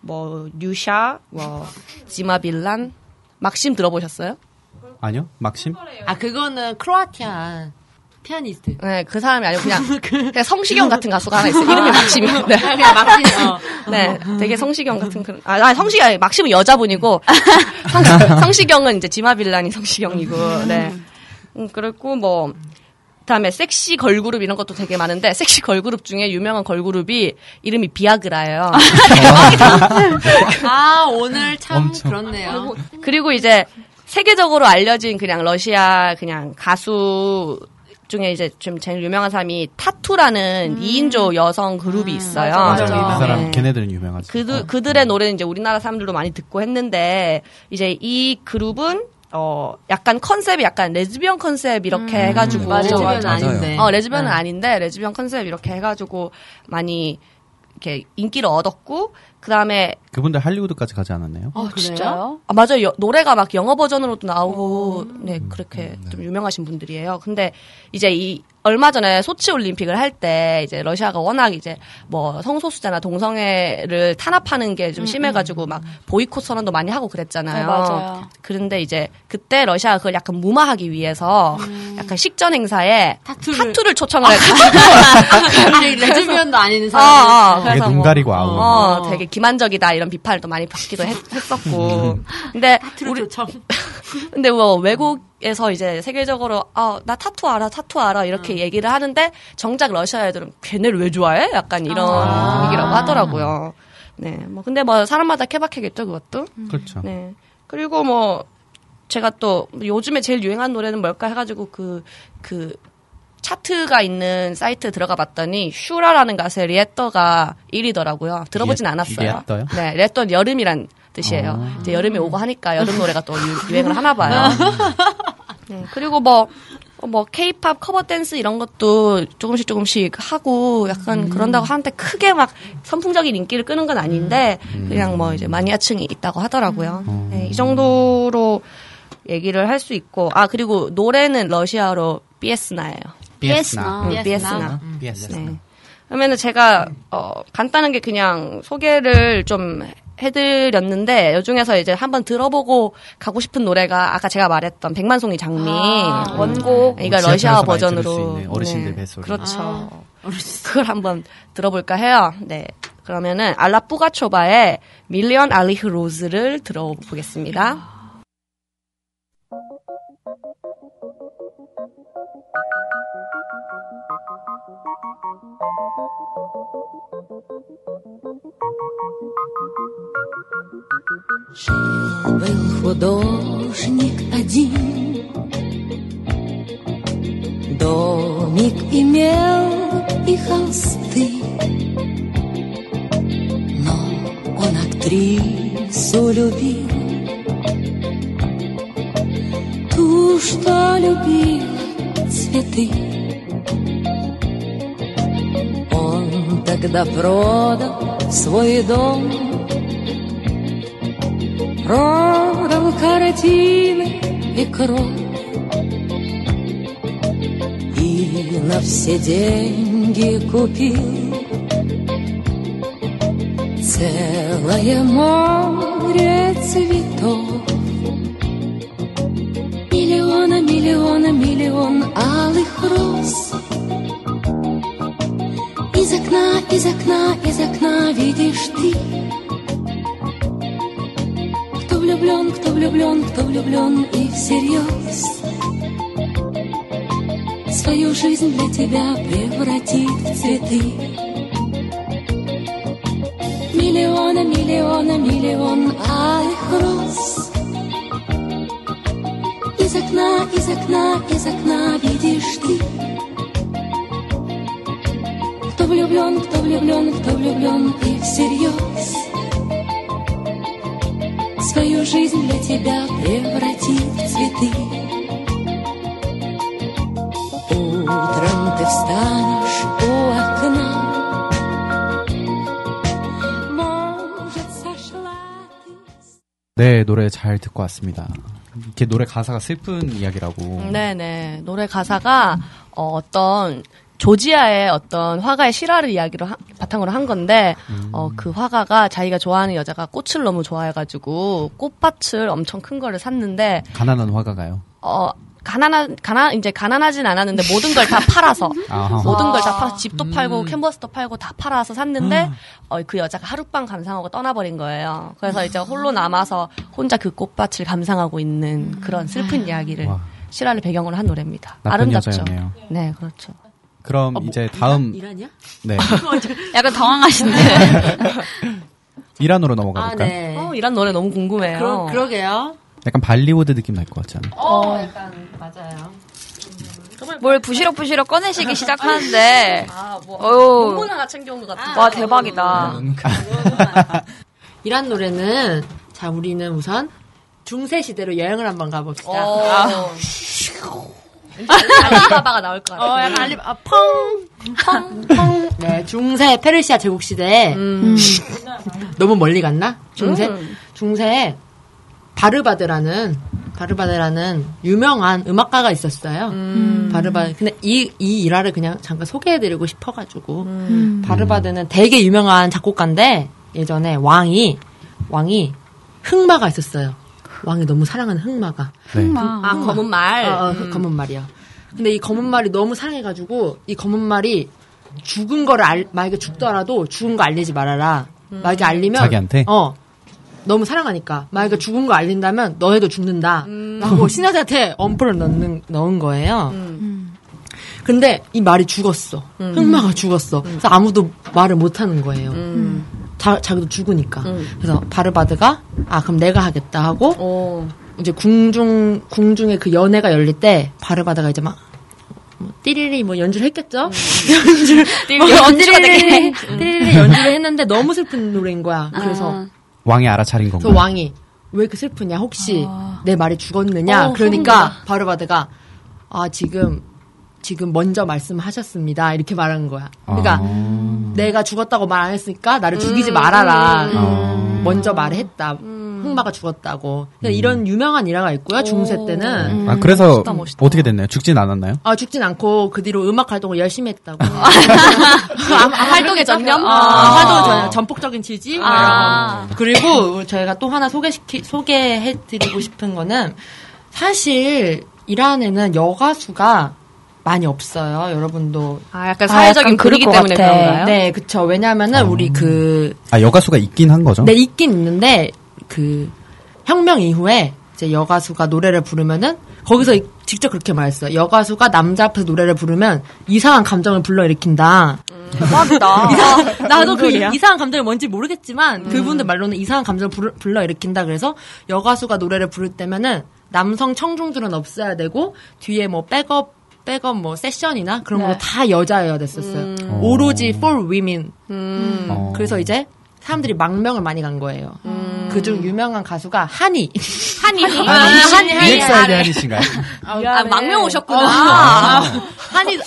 뭐 뉴샤, 뭐 지마빌란 막심 들어보셨어요?
아니요? 막심?
아, 그거는 크로아티안 피아니스트.
네, 그 사람이 아니고 그냥, 그냥 성시경 같은 가수가 하나 있어요. 이름이 막심인데.
아, 그냥 막힌, 어.
네, 되게 성시경 같은 그런. 아, 아, 성시경 아니, 막심은 여자분이고 성, 시경은 이제 지마빌란이 성시경이고. 네. 음, 그리고 뭐 그다음에 섹시 걸그룹 이런 것도 되게 많은데 섹시 걸그룹 중에 유명한 걸그룹이 이름이 비아그라예요.
아, 오늘 참 그렇네요.
그리고 이제 세계적으로 알려진 그냥 러시아 그냥 가수 중에 이제 좀 제일 유명한 사람이 타투라는 2인조 여성 그룹이 있어요.
맞아요. 이 사람,
네.
걔네들은 유명하지.
어.
그들,
음.
그들의 노래는 이제 우리나라 사람들도 많이 듣고 했는데, 이제 이 그룹은, 어, 약간 컨셉이 약간 레즈비언 컨셉 이렇게 해가지고.
음. 맞아,
맞아요.
맞아. 아닌데. 네.
어, 레즈비언은 아닌데, 레즈비언 컨셉 이렇게 해가지고 많이 이렇게 인기를 얻었고, 그다음에
그분들 할리우드까지 가지 않았나요?
아,
진짜요?
아, 맞아요. 여- 노래가 막 영어 버전으로도 나오고, 네,
음,
그렇게 좀 유명하신 분들이에요. 근데 이제 이, 얼마 전에 소치 올림픽을 할 때 이제 러시아가 워낙 이제 뭐 성소수자나 동성애를 탄압하는 게 좀 심해가지고 막 보이콧 선언도 많이 하고 그랬잖아요.
네, 맞아요.
그런데 이제 그때 러시아가 그걸 약간 무마하기 위해서 약간 식전 행사에
타투를.
타투를 초청을 했고
아니, 레즈비언도 아닌
어,
사람.
어,
되게
그래서
눈
뭐-
가리고 아우.
어, 되게 기만적이다 이런 비판을 또 많이 받기도 했, 었고
음.
근데
우리 요청.
근데 뭐 외국에서 이제 세계적으로 아 나 타투 알아 타투 알아 이렇게 얘기를 하는데 정작 러시아 애들은 걔네를 왜 좋아해? 약간 이런 얘기라고 하더라고요. 네, 뭐 근데 뭐 사람마다 케바케겠죠 그것도.
그렇죠.
네. 그리고 뭐 제가 또 요즘에 제일 유행한 노래는 뭘까 해가지고 그 그 차트가 있는 사이트 들어가 봤더니 슈라라는 가수의 리에터가 1위더라고요. 들어보진
리에-
않았어요.
리에터요? 아.
네, 리에터는 여름이란 뜻이에요. 이제 여름이 오고 하니까 여름 노래가 또 유, 행을 하나 봐요.
아.
네, 그리고 뭐, 뭐, 케이팝 커버 댄스 이런 것도 조금씩 조금씩 하고
음.
약간 그런다고 하는데 크게 막 선풍적인 인기를 끄는 건 아닌데
음.
그냥 뭐 이제 마니아층이 있다고 하더라고요.
어.
음.
네, 이 정도로 얘기를 할 수 있고 아 그리고 노래는 러시아로 비에스나예요.
어,
비에스나.
음, 비에스나.
BS.
음.
네. 그러면은 제가 어, 간단하게 그냥 소개를 좀 해드렸는데 요 중에서 이제 한번 들어보고 가고 싶은 노래가 아까 제가 말했던 백만송이 장미
아,
음.
원곡.
이거
지하철에서
러시아
많이 들을 수
버전으로
있는 어르신들 뱃소리.
그렇죠.
아,
어르신.
그걸 한번 들어볼까 해요. 네. 그러면은 알라 뿌가초바의 밀리언 알리흐 로즈를 들어보겠습니다.
Был художник один, домик имел и холсты, но он актрису любил, ту, что любила цветы. Он тогда продал свой дом Продал картины и кровь И на все деньги купил Целое море цветов Миллиона, миллиона, миллион алых роз Из окна, из окна, из окна видишь ты кто влюблен, кто влюблен, кто влюблен и всерьез Свою жизнь для тебя превратит в цветы Миллиона, миллиона, миллион алых роз Из окна, из окна, из окна видишь ты Кто влюблен, кто влюблен, кто влюблен и всерьез Свою жизнь для тебя превратит в цветы. Утром ты встанешь у окна. Может, сошла ты
네, 노래 잘 듣고 왔습니다. 이렇게 노래 가사가 슬픈 이야기라고.
네네. 노래 가사가 어, 떤 조지아의 어떤 화가의 실화를 이야기로 하- 바탕으로 한 건데
음,
어, 그 화가가 자기가 좋아하는 여자가 꽃을 너무 좋아해가지고 꽃밭을 엄청 큰 거를 샀는데
가난한 화가가요.
어 가난한 가난 이제 가난하진 않았는데 모든 걸 다 팔아서
아하.
모든 걸 다 팔아서 집도
음.
팔고 캔버스도 팔고 다 팔아서 샀는데 어, 그 여자가 하룻밤 감상하고 떠나버린 거예요. 그래서 이제 홀로 남아서 혼자 그 꽃밭을 감상하고
음.
있는 그런
아.
슬픈 이야기를
와.
실화를 배경으로 한 노래입니다.
나쁜
아름답죠.
여자였네요.
네, 그렇죠.
그럼 이제 다음
이란이야? 어,
네
뭐,
약간 당황하신데.
이란으로 넘어가
아,
볼까요?
네.
어, 이런 노래 너무 궁금해요.
그러, 그러게요.
약간 발리우드 느낌 날 것 같지 않아요?
어, 약간, 맞아요.
뭘 부시럭부시럭 꺼내시기 시작하는데.
아, 뭐
어우.
논문 하나 챙겨온 것
아,
같은데.
와, 대박이다.
이란 노래는, 자, 우리는 우선 중세시대로 여행을 한번 가봅시다.
어.
아,
알리바바가 나올 것
어,
같아.
약간 알리,
음.
음.
아, 펑! 펑! 펑! 네, 중세 페르시아 제국시대에, 너무 멀리 갔나? 네. 중세?
음.
중세에 바르바드라는 바르바드라는 유명한 음악가가 있었어요. 바르바드. 근데 이, 이 일화를 그냥 잠깐 소개해드리고 싶어가지고. 바르바드는 되게 유명한 작곡가인데 예전에 왕이, 왕이 흑마가 있었어요. 왕이 너무 사랑하는 흑마가.
아, 검은 말.
네.
음.
어, 어, 그 검은 말이요. 근데 이 검은 말이 너무 사랑해가지고 이 검은 말이 죽은 거를 알, 만약에 죽더라도 죽은 거 알리지 말아라. 만약에 알리면
자기한테?
어 너무 사랑하니까 만약에 죽은 거 알린다면 너희도 죽는다. 라고 신하한테 엄포를 넣는 넣은 거예요. 근데 이 말이 죽었어. 흑마가 죽었어. 그래서 아무도 말을 못 하는 거예요.
음.
자, 자기도 죽으니까. 그래서 바르바드가 아 그럼 내가 하겠다 하고 이제 궁중 궁중에 그 연회가 열릴 때 바르바다가 이제 막 띠리리 뭐 연주를 했겠죠? 연주를 뭐
띠리리 연주가
띠리리
되겠네.
띠리리 연주를 했는데 너무 슬픈 노래인 거야. 그래서
왕이 알아차린
그
건가?
왕이 왜 이렇게 슬프냐? 혹시 내 말이 죽었느냐?
어,
그러니까
소름돋아.
바르바다가 아 지금 지금 먼저 말씀하셨습니다. 이렇게 말하는 거야.
아.
그러니까
음.
내가 죽었다고 말 안 했으니까 나를 죽이지 말아라.
어.
먼저 말을 했다.
음.
흑마가 죽었다고. 그러니까 이런 유명한 일화가 있고요. 중세 때는
음. 아, 그래서
음. 멋있다, 멋있다.
어떻게 됐나요? 죽진 않았나요?
아, 죽진 않고 그 뒤로 음악 활동을 열심히 했다고.
활동의 전념?
아, 활동을 전혀 전폭적인 네. 지지.
아.
그리고 저희가 또 하나 소개시키 소개해드리고 싶은 거는 사실 이란에는 여가수가 많이 없어요. 여러분도
아, 약간
아,
사회적인
약간
분위기
그럴 것
때문에
같아.
그런가요?
네, 그쵸.
어.
왜냐면은 우리 그
아, 여가수가 있긴 한 거죠?
네, 있긴 있는데 그 혁명 이후에 이제 여가수가 노래를 부르면은 거기서 이- 직접 그렇게 말했어요. 여가수가 남자 앞에서 노래를 부르면 이상한 감정을 불러일으킨다.
대박이다.
아,
이상- 나도 그 이상한 감정이 뭔지 모르겠지만 그분들 말로는 이상한 감정을 불, 불러일으킨다 그래서 여가수가 노래를 부를 때면은 남성 청중들은 없어야 되고 뒤에 뭐 백업 백업 뭐 세션이나 그런 거 다 여자여야 됐었어요. 오로지 for women.
어.
음. 그래서 이제 사람들이 망명을 많이 간 거예요. 그중 유명한 가수가 한이. 아,
한이.
EXID 한이신가요?
아, 망명 오셨구나.
아, 한이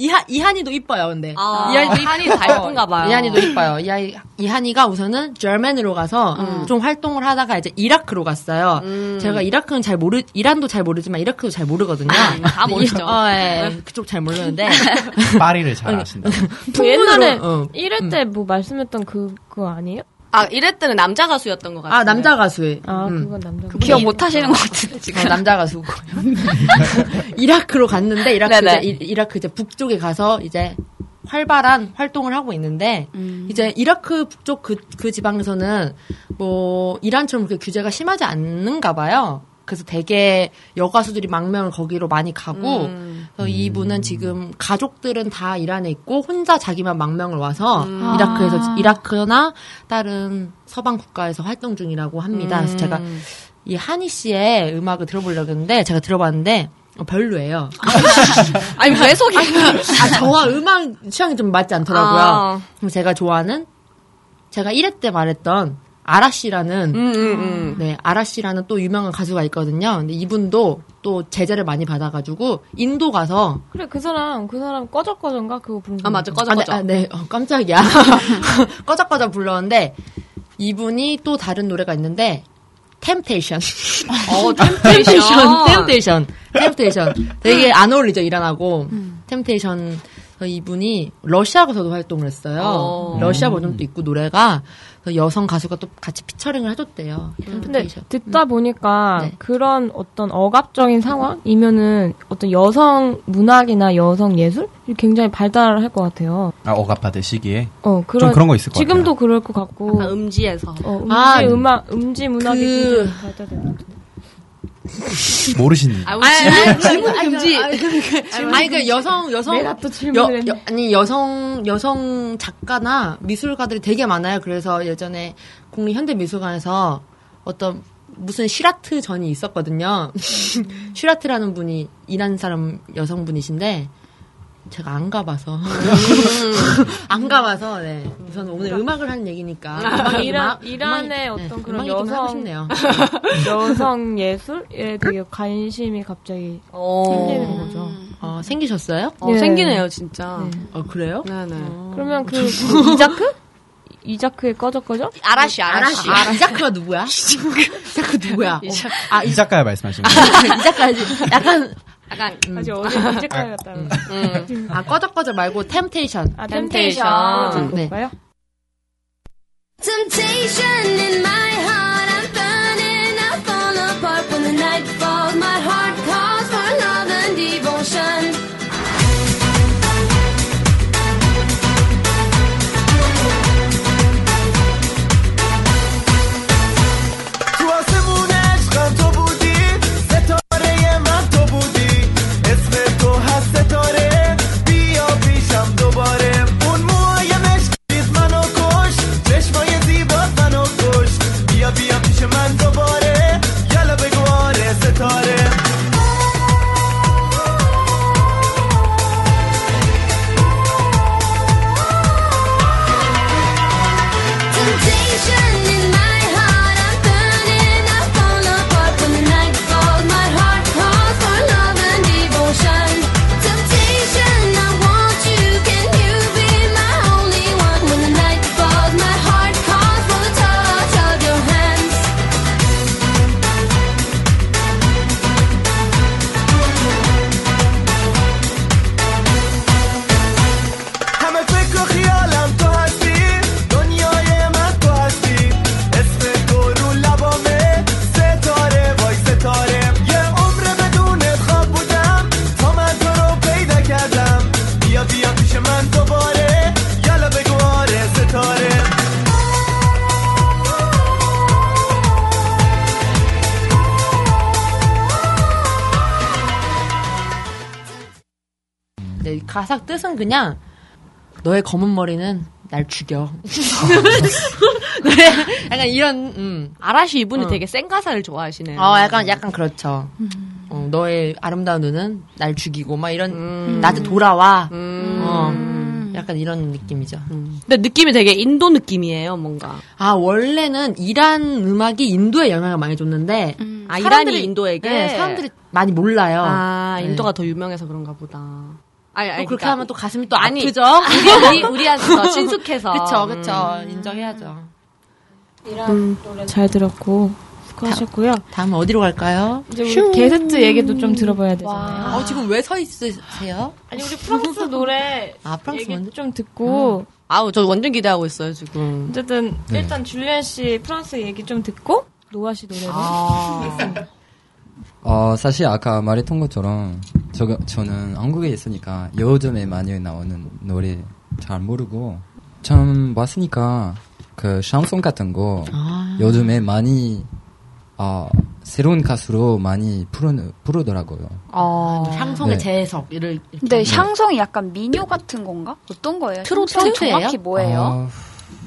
이한 이한이도 이뻐요, 근데.
아,
이한이도
한이 다 예쁜가 봐요.
어, 이한이도 이뻐요. 이하이, 이한이가 우선은 젤맨으로 가서 좀 활동을 하다가 이제 이라크로 갔어요. 제가 이라크는 잘 모르, 이란도 잘 모르지만 이라크도 잘 모르거든요.
다 모르시죠.
어,
네. 아,
예. 그쪽 잘 모르는데.
파리를 잘
음.
아신다.
그 옛날에
어.
1회 때 뭐 말씀했던 그, 그거 아니에요?
아, 이랬 때는 남자 가수였던 것 같아요.
아, 남자 가수에.
아,
음.
그건 남자.
기억 못 하시는 것 같은데,
어,
지금.
남자 가수고 이라크로 갔는데 이라크 이제,
네네.
이- 이라크 이제 북쪽에 가서 이제 활발한 활동을 하고 있는데 이제 이라크 북쪽 그, 그 지방에서는 뭐 이란처럼 그렇게 규제가 심하지 않는가 봐요. 그래서 되게 여가수들이 망명을 거기로 많이 가고 그래서 이분은 지금 가족들은 다 이란에 있고 혼자 자기만 망명을 와서 이라크에서 이라크나 다른 서방 국가에서 활동 중이라고 합니다. 그래서
음.
제가 이 한희 씨의 음악을 들어보려고 했는데 제가 들어봤는데 어, 별로예요.
아니, 왜 속이야?
아, 저와 음악 취향이 좀 맞지 않더라고요.
아.
그럼 제가 좋아하는 제가 1회 때 말했던 아라 씨라는
음, 음, 음.
네, 아라 씨라는 또 유명한 가수가 있거든요. 근데 이분도 또 제재를 많이 받아가지고 인도 가서
그래, 그 사람, 그 사람 꺼져꺼져인가? 그거 부른
아, 맞아. 꺼져,
아, 네,
꺼져.
아, 네, 어, 깜짝이야. 꺼적꺼적 불렀는데 이분이 또 다른 노래가 있는데 템테이션.
어,
그렇죠.
템테이션.
템테이션. 템테이션. 되게 안 어울리죠, 이란하고.
음.
템테이션. 그래서 이분이 러시아 가서도 활동을 했어요.
어.
러시아 버전도 있고 노래가 그래서 여성 가수가 또 같이 피처링을 해줬대요.
근데
템테이션.
듣다 보니까
음. 네.
그런 어떤 억압적인 상황이면은 어떤 여성 문학이나 여성 예술이 굉장히 발달할 것 같아요.
아, 억압받을 시기에.
어, 그런,
좀 그런 거 있을 것
지금도 그럴 것 같고.
아, 음지에서.
어, 음지
아,
음악, 음지 문학이
그-
굉장히 발달될 것 같아요.
모르시는.
아,
네.
질문, 질문 금지.
아니 그 여성 여성
내가 또 질문을 했네.
아니 여성 여성 작가나 미술가들이 되게 많아요. 그래서 예전에 국립 현대미술관에서 어떤 무슨 시라트 전이 있었거든요. 시라트라는 분이 이란 사람 여성분이신데 제가 안 가봐서
음.
안 가봐서 네. 우선 오늘 음악을 하는 얘기니까 아, 음악,
이란,
음악,
이란의
음악,
어떤
네,
그런
음악 얘기만 하고
여성,
싶네요.
여성 예술에 되게 관심이 갑자기 생기는
어,
거죠.
어, 생기셨어요?
어,
예.
생기네요, 진짜.
어 그래요?
네, 네.
그러면 그 이자크? 이자크의 꺼져 꺼져?
아라시 아라시.
아라시. 이자크가 누구야? 이자크 누구야?
이자크.
어, 아,
이 작가야 말씀하시는 거예요?
이자크가 약간
약간
아직 어제 언제까지 갔다 온
음.
음.
아 꺼져 꺼져 말고 템테이션.
아,
템테이션.
네.
볼까요?
Temptation in my heart, I'm burning, I fall apart when the night falls. My heart calls for love and devotion.
تو آسمون عشقم تو بودی ستاره من تو بودی اسم تو هست ستاره بیا پیشم دوباره اون موهای مشکیت منو کش چشمای زیبات منو کش بیا بیا پیش من دوباره یالا بگو آره ستاره
Temptation in my heart, I'm burning, I fall apart when the night falls. My heart calls for love and devotion. Temptation, I want you. Can you be my only one when the night falls? My heart calls for the touch of your hands.
همه فکر و خیالم تو هستی دنیای من تو هستی اسم تو رو لبامه ستاره وای ستاره یه عمر بدونت خواب بودم تا من تو رو پیدا کردم بیا بیا پیش من دوباره یالا بگو آره ستاره
네, 이 가사 뜻은 그냥 너의 검은 머리는 날 죽여. 네, 약간 이런 음.
아라시 이분이
어.
되게 센 가사를 좋아하시네요.
어, 약간 약간 그렇죠. 어, 너의 아름다운 눈은 날 죽이고 막 이런
음.
나한테 돌아와. 어, 약간 이런 느낌이죠.
근데 느낌이 되게 인도 느낌이에요, 뭔가.
아 원래는 이란 음악이 인도에 영향을 많이 줬는데
아,
사람들이-
이란이 인도에게
네, 사람들이 많이 몰라요.
아,
네.
인도가 더 유명해서 그런가 보다. 아니,
또
아니
그렇게
그러니까
하면 또 가슴이 또
아니,
아프죠.
우리 우리 우리한테 더 친숙해서. 음.
그쵸 그쵸 인정해야죠.
음, 잘 들었고 수고하셨고요.
다음은 어디로 갈까요?
이제 우리 게스트 얘기도 좀 들어봐야 되잖아요.
어, 지금 왜 서 있으세요?
아니 우리 프랑스 노래
아 프랑스 먼저.
얘기 좀 듣고
어. 아우, 저 완전 기대하고 있어요, 지금.
어쨌든 일단 줄리엔 씨 프랑스 얘기 좀 듣고 노아 씨 노래를
어, 사실 아까 말했던 것처럼 저, 저는 한국에 있으니까 요즘에 많이 나오는 노래 잘 모르고 처음 봤으니까 그 샹송 같은 거 요즘에 많이 어, 새로운 가수로 많이 부르, 부르더라고요.
향송의
네.
재해석 이를 이렇게
어. 근데 샹송이 약간 미녀 같은 건가? 어떤 거예요?
트로트?
샹송이
트로트예요?
정확히
아,
뭐예요?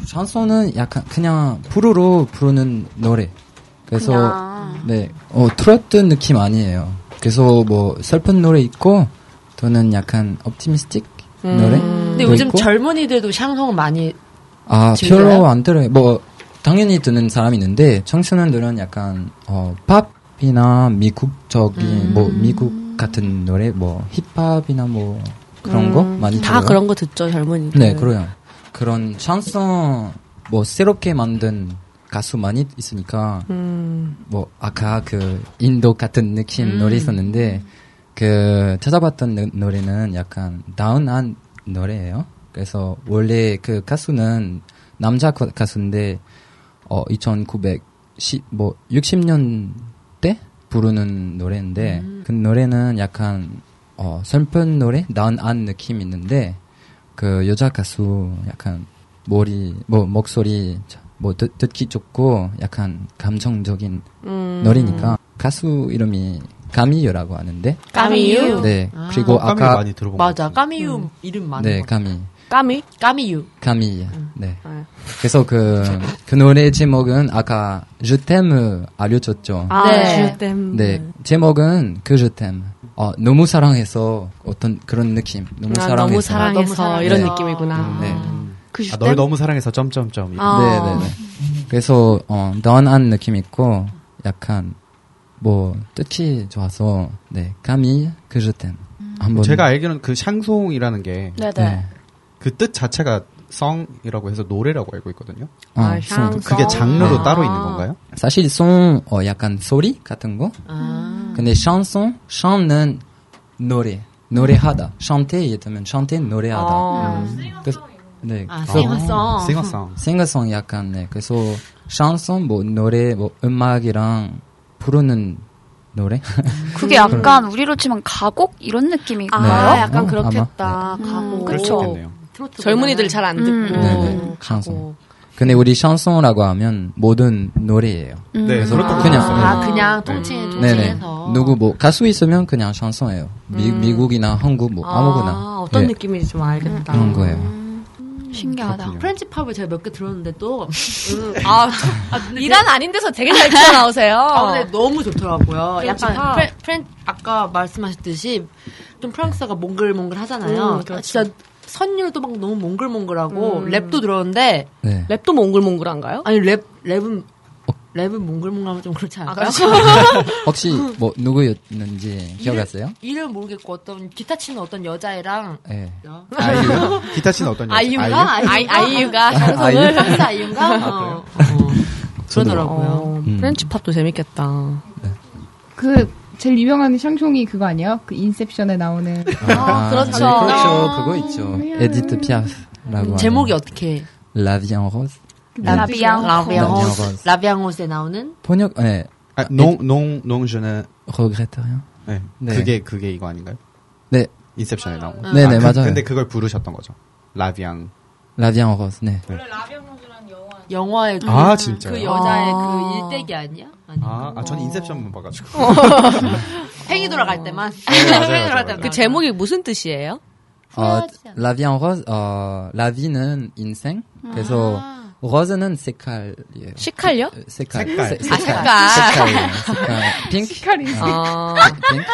샹송은 어, 약간 그냥 프로로 부르는 노래. 그래서
그냥.
네, 어, 트로트 느낌 아니에요. 그래서 뭐 슬픈 노래 있고 또는 약간 옵티미스틱 노래.
음. 근데
도
요즘
있고.
젊은이들도 샹송 많이
아
즐겨요?
별로 안 들어요. 뭐 당연히 듣는 사람이 있는데 청소년들은 약간 어, 팝이나 미국적인 뭐
음.
미국 같은 노래 뭐 힙합이나 뭐 그런 거 많이
음, 다
들어요.
그런 거 듣죠, 젊은이.
네, 그래요. 그런 찬송 뭐 새롭게 만든 가수 많이 있으니까
음.
뭐 아까 그 인도 같은 느낌 노래 있었는데 그 찾아봤던 노- 노래는 약간 다운한 노래예요. 그래서 원래 그 가수는 남자 가- 가수인데 어 2910, 뭐 60년 대 부르는 노래인데 그 노래는 약간 어 슬픈 노래 다운한 느낌 있는데 그 여자 가수 약간 머리 뭐 목소리 자- 뭐 듣, 듣기 좋고 약간 감성적인
음.
노래니까 가수 이름이 까미유라고 하는데
까미유.
네
아.
그리고
까미
아까
많이 들어본
맞아 까미유 이름 음. 많은
네
거.
까미
까미?
까미유.
까미 네
아.
그래서 그 그 노래 제목은 아까 주템 알려줬죠
아,
네.
줄 땜.
네 제목은 그 주템 어 너무 사랑해서 어떤 그런 느낌 너무
아,
사랑해서
너무 사랑해서
너무 사랑해서.
이런
네.
느낌이구나.
네.
그
아, 널 너무 사랑해서 점점점. 이렇게.
아.
어.
네네네. 그래서 어, 넌한 느낌 있고 약간 뭐 뜻이 좋아서 네 감히 그저땐 한번
네.
제가 알기로는 그 샹송이라는 게 그 뜻
네네.
자체가
성이라고 해서 노래라고 알고 있거든요.
어, 아, 송. 샹송.
그게 장르로
아.
따로 있는 건가요?
사실 송 어, 약간 소리 같은 거. 근데 chanson, chant는 노래, 노래하다. chanter 되면 chanter 노래하다.
아.
그래서- 네.
아, 싱어송. 싱어송.
싱어송 약간 네. 그래서 chanson 뭐 노래 뭐 음악이랑 부르는 노래.
그게
음.
약간 우리로 치면 가곡 이런 느낌인가요? 음,
네. 약간 어, 그렇겠다.
가곡.
그럴 수도 있겠네요.
젊은이들 잘 안
음.
듣고.
네네. chanson. 근데 우리 chanson이라고 하면 모든 노래예요.
음.
네, 그렇다고
그냥
들었어요.
아, 그냥 통칭,
네네.
통칭해서.
누구 뭐 가수 있으면 그냥 샹송이에요. 미, 미국이나 한국 뭐 아무거나.
아, 어떤
네,
느낌인지 좀 알겠다.
그런 거예요.
신기하다. 프렌치 팝을 제가 몇 개 들었는데 또. 음,
아, 이란 아닌 데서 되게 잘 튀어나오세요. 그렇죠.
아, 근데 너무 좋더라고요.
프렌치
약간
팝.
프렌, 프렌, 아까 말씀하셨듯이 좀 프랑스어가 몽글몽글 하잖아요.
음, 그렇죠.
아, 진짜 선율도 막 너무 몽글몽글하고
음.
랩도 들었는데
네.
랩도 몽글몽글한가요?
아니 랩 랩은 랩은 몽글몽글하면 좀
아,
그렇지 않을까요?
그렇죠.
혹시 뭐 누구였는지 기억하세요?
이름 모르겠고 어떤 기타 치는 어떤 여자애랑
예.
여-
아이유. 기타 씨는 어떤 여자?
아이유가 아이, 아이유가
아이유?
장성을
아이유?
프랑스 아이유가 어,
그러더라고요. 음. 프렌치 팝도 재밌겠다.
그 제일 유명한 샹송이 그거 아니에요? 그 인셉션에 나오는
아,
그렇죠.
네, 그렇죠. 그거 있죠. 에디트 피아프라고.
제목이 어떻게
라비앙 호스.
음. 라비앙
라비앙
라비앙호스
호스.
라비앙호스에 나오는
번역 네.
아, 농농농 저는
regrette요.
네.
네.
그게 그게 이거 아닌가요?
네.
인셉션에 나온 거.
네, 네,
그-
맞아요.
근데 그걸 부르셨던 거죠. 라비앙.
라비앙 호스. 네.
영화의 그,
아, 진짜요?
그 여자의
아.
그 일대기 아니야?
아, 아, 저는 인셉션만 봐가지고.
어. 팽이 돌아갈 때만
맞아요,
팽이
맞아요.
돌아갈 때만
그 제목이 무슨 뜻이에요?
어, 라비앙 호스 어 라비는 인생. 그래서 호스는 색깔이에요.
시칼요?
색깔.
색깔.
세-
아, 색깔.
색깔. 색깔. 핑크.
아,
핑크.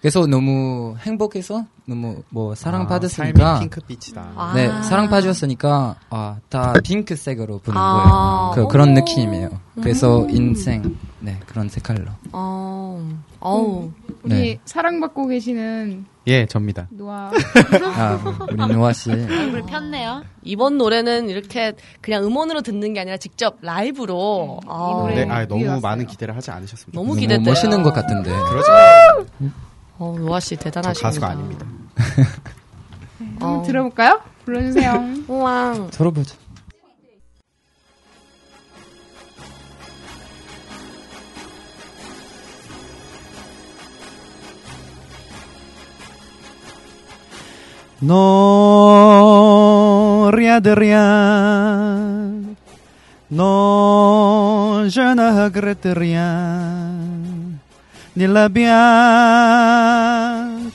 그래서 너무 행복해서 너무 뭐
아,
사랑받았으니까
삶이 핑크빛이다.
네
아.
사랑받았으니까 아, 다 핑크색으로 부는
아.
거예요. 그, 그런 느낌이에요. 그래서 인생 네 그런 색깔로.
어, 어우.
우리
네.
사랑받고 계시는
예, 접니다.
노아
아 우리 노아 씨.
불 폈네요.
이번 노래는 이렇게 그냥 음원으로 듣는 게 아니라 직접 라이브로. 아,
네,
음. 노래.
아, 너무
왔어요.
많은 기대를 하지 않으셨으면 좋겠어요.
너무
네,
기대돼요.
멋있는 것 같은데.
그러지 마요.
어, 로아 씨
저
대단하시다.
가수가 아닙니다.
한번 들어볼까요? 불러주세요.
우왕.
들어보자.
Non, rien de rien. Non, je ne regrette rien. Ni le bien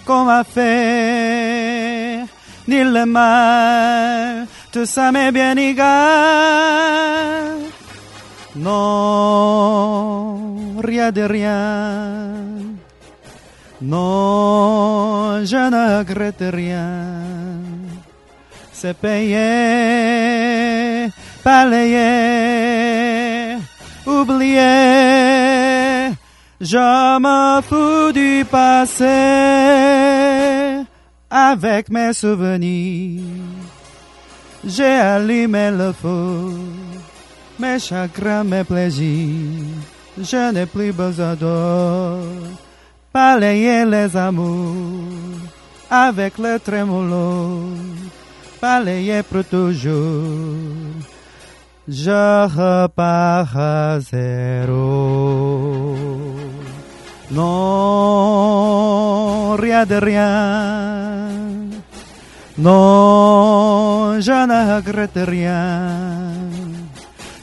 qu'on m'a fait, ni le mal, tout ça m'est bien égal. Non, rien de rien. Non, je ne regrette rien. C'est payé, balayé, oublié. Je m'en fous du passé avec mes souvenirs. J'ai allumé le feu, mes chagrins, mes plaisirs. Je n'ai plus besoin d'or balayer les amours avec le trémolo, balayer pour toujours. Je repars à zéro. Non, rien de rien. Non, je ne regrette rien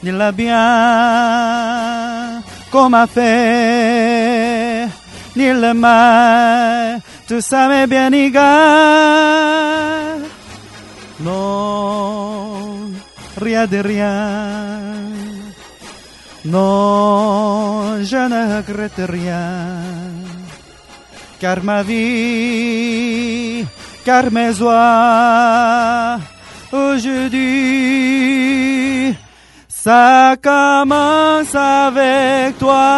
ni le bien qu'on m'a fait, ni le mal, tout ça m'est bien égal. Non, rien de rien. Non, je ne regrette rien car ma vie, car mes joies, aujourd'hui, ça commence avec toi.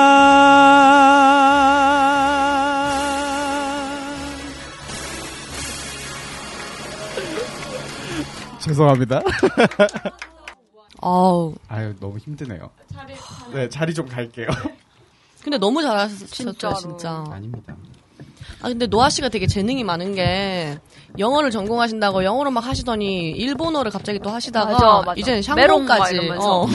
죄송합니다.
어우.
아유 너무 힘드네요. 네 자리 좀 갈게요.
근데 너무 잘하셨죠, 진짜.
아닙니다.
아, 근데 노아 씨가 되게 재능이 많은 게 영어를 전공하신다고 영어로 막 하시더니 일본어를 갑자기 또 하시다가
맞아, 맞아.
이젠
메롱 막
샹롱까지.
이러면서.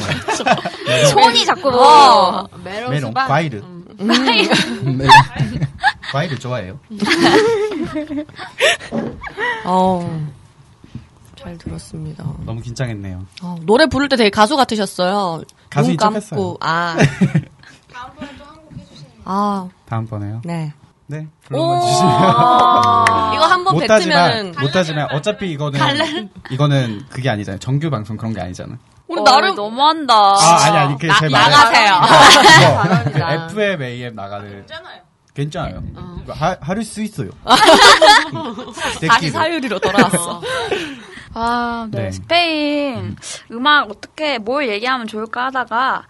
메롱.
손이 자꾸
어.
메론
بله.
과일을
음.
과일을 좋아해요.
어. 잘 들었습니다.
너무 긴장했네요.
어, 노래 부를 때 되게 가수 같으셨어요.
가수
눈 감고.
인척했어요.
아. 아,
다음번에요.
네.
네.
오. 아.
불러만 주시면.
이거 한번
못 따지만
뱉으면은-
못 따지면 어차피 이거는
갈래를?
이거는 그게 아니잖아요. 정규 방송 그런 게 아니잖아.
우리 나름
어, 너무한다.
아, 아니, 아니, 그게 제 말이야.
아,
나가세요.
그 FM AM 나가는 괜찮아요. 음. 하, 하루 수 있어요.
아.
음.
다시 사유리로 돌아왔어.
아, 네.
네.
스페인 음악 어떻게 뭘 얘기하면 좋을까 하다가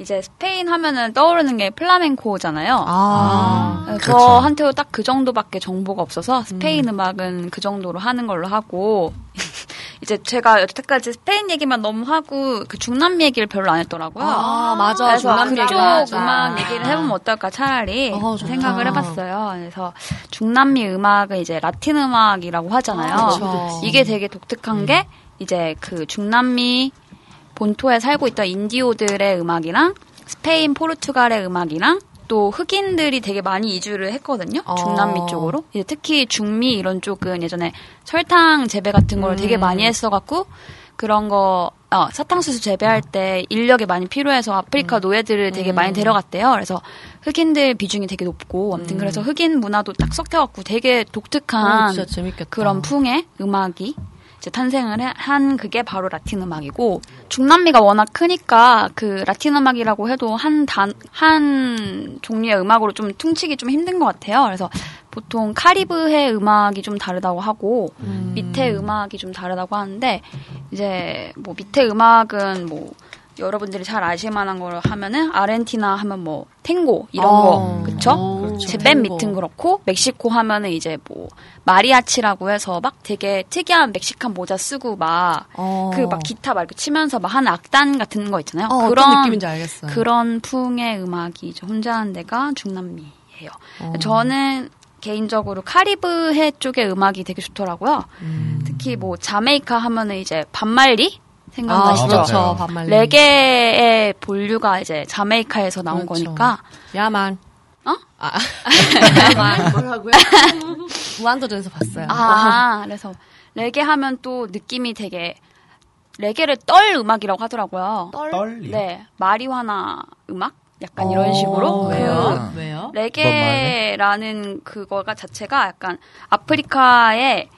이제 스페인 하면은 떠오르는 게 플라멩코잖아요. 아, 저한테도 딱 그 정도밖에 정보가 없어서 스페인 음. 악은그 정도로 하는 걸로 하고 이제 제가 여태까지 스페인 얘기만 너무 하고 그 중남 얘기를 별로 안 했더라고요.
아, 맞아.
그래서
중남 얘기
그쪽
맞아.
음악 얘기를 해보면 어떨까 차라리 생각을 해봤어요. 그래서 중남미 음악은 이제 라틴 음악이라고 하잖아요.
아, 그쵸.
이게 되게 독특한 게 이제 그 중남미 본토에 살고 있던 인디오들의 음악이랑 스페인, 포르투갈의 음악이랑 또 흑인들이 되게 많이 이주를 했거든요. 중남미 쪽으로. 이제 특히 중미 이런 쪽은 예전에 설탕 재배 같은 걸 되게 많이 했어갖고 그런 거 어, 사탕수수 재배할 때 인력이 많이 필요해서 아프리카 노예들을 되게 많이 데려갔대요. 그래서 흑인들 비중이 되게 높고 아무튼 그래서 흑인 문화도 딱 섞여갖고 되게 독특한
어, 진짜 재밌겠다.
그런 풍의 음악이 이제 탄생을 해- 한 그게 바로 라틴 음악이고 중남미가 워낙 크니까 그 라틴 음악이라고 해도 한 단 한 종류의 음악으로 좀 퉁치기 좀 힘든 것 같아요. 그래서 보통 카리브해 음악이 좀 다르다고 하고
음.
밑에 음악이 좀 다르다고 하는데 이제 뭐 밑에 음악은 뭐 여러분들이 잘 아실 만한 걸 하면은 아르헨티나 하면 뭐 탱고 이런
어.
거 그쵸?
그렇죠.
제맨
탱고.
밑은 그렇고 멕시코 하면은 이제 뭐 마리아치라고 해서 막 되게 특이한 멕시칸 모자 쓰고 막 그 막 기타 말고 치면서 막 한 악단 같은 거 있잖아요.
어, 어떤 느낌인지 알겠어요.
그런 풍의 음악이 이제 혼자 하는 데가 중남미예요.
어.
저는 개인적으로 카리브해 쪽의 음악이 되게 좋더라고요.
음.
특히 뭐 자메이카 하면은 이제 반말리 생각나시죠?
아, 그렇죠. 반말리.
레게의 본류가 이제 자메이카에서 나온 거니까
그렇죠. 야만. 아.
어?
야만.
뭐라고요?
무한도전에서 봤어요.
아, 그래서 레게 하면 또 느낌이 되게 레게를 떨 음악이라고 하더라고요.
떨리.
네, 마리화나 음악 약간 이런 식으로 그
아,
왜요? 왜요? 뭔 말이에요?
레게라는 그거가 자체가 약간 아프리카의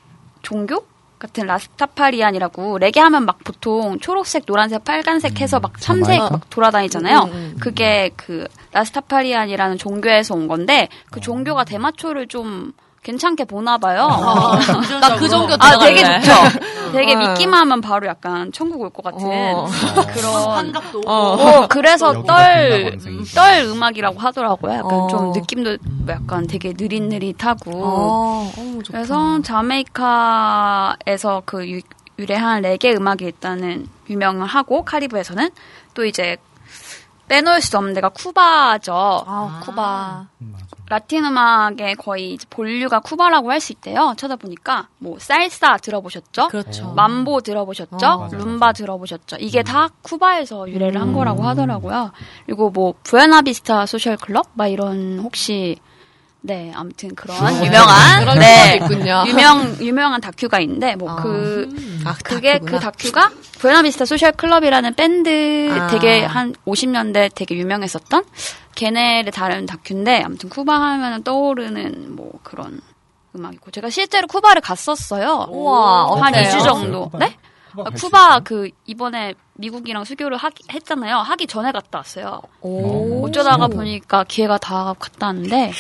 종교 같은 라스타파리안이라고 레게 하면 막 보통 초록색, 노란색, 빨간색 해서 막 참색
자마이카?
막 돌아다니잖아요.
음, 음,
그게 그 라스타파리안이라는 종교에서 온 건데 그 종교가 대마초를 좀 괜찮게 보나 봐요. 어.
나 그 종교
아, 되게
들어갈래.
좋죠. 되게
어.
믿기만 하면 바로 약간 천국 올 것 같은
어.
그런
환각도 오고.
어, 그래서
여기가 빛나고
떨,
항상 있어.
떨 음악이라고 하더라고요. 약간
어.
좀 느낌도 약간 되게 느릿느릿하고.
어,
그래서 자메이카에서 그 유, 유래한 레게 음악이 일단은 유명을 하고 카리브에서는 또 이제 빼놓을 수 없는 데가 쿠바죠.
아, 쿠바.
라틴 음악의 거의 이제 본류가 쿠바라고 할 수 있대요. 찾아보니까 뭐 살사 들어보셨죠?
그렇죠.
맘보 들어보셨죠?
어, 맞아요.
룸바 들어보셨죠? 이게 다 쿠바에서 유래를 한 거라고 하더라고요. 그리고 뭐 부에나비스타 소셜 클럽 막 이런 혹시 네, 아무튼 그런
그런
유명한
그런
네,
클럽이 있군요.
유명 유명한 다큐가 있는데 뭐 그 그게 그 다큐가 부에나비스타 소셜 클럽이라는 밴드
아.
되게 한 50년대 되게 유명했었던 걔네를 다룬 다큐인데 아무튼 쿠바 하면 떠오르는 뭐 그런 음악이고 제가 실제로 쿠바를 갔었어요.
우와,
한
어때요?
2주 정도.
쿠바?
네?
쿠바
아,
갈수
쿠바 그 이번에 미국이랑 수교를 하기- 했잖아요. 하기 전에 갔다 왔어요. 어쩌다가 보니까 기회가 다 갔다 왔는데,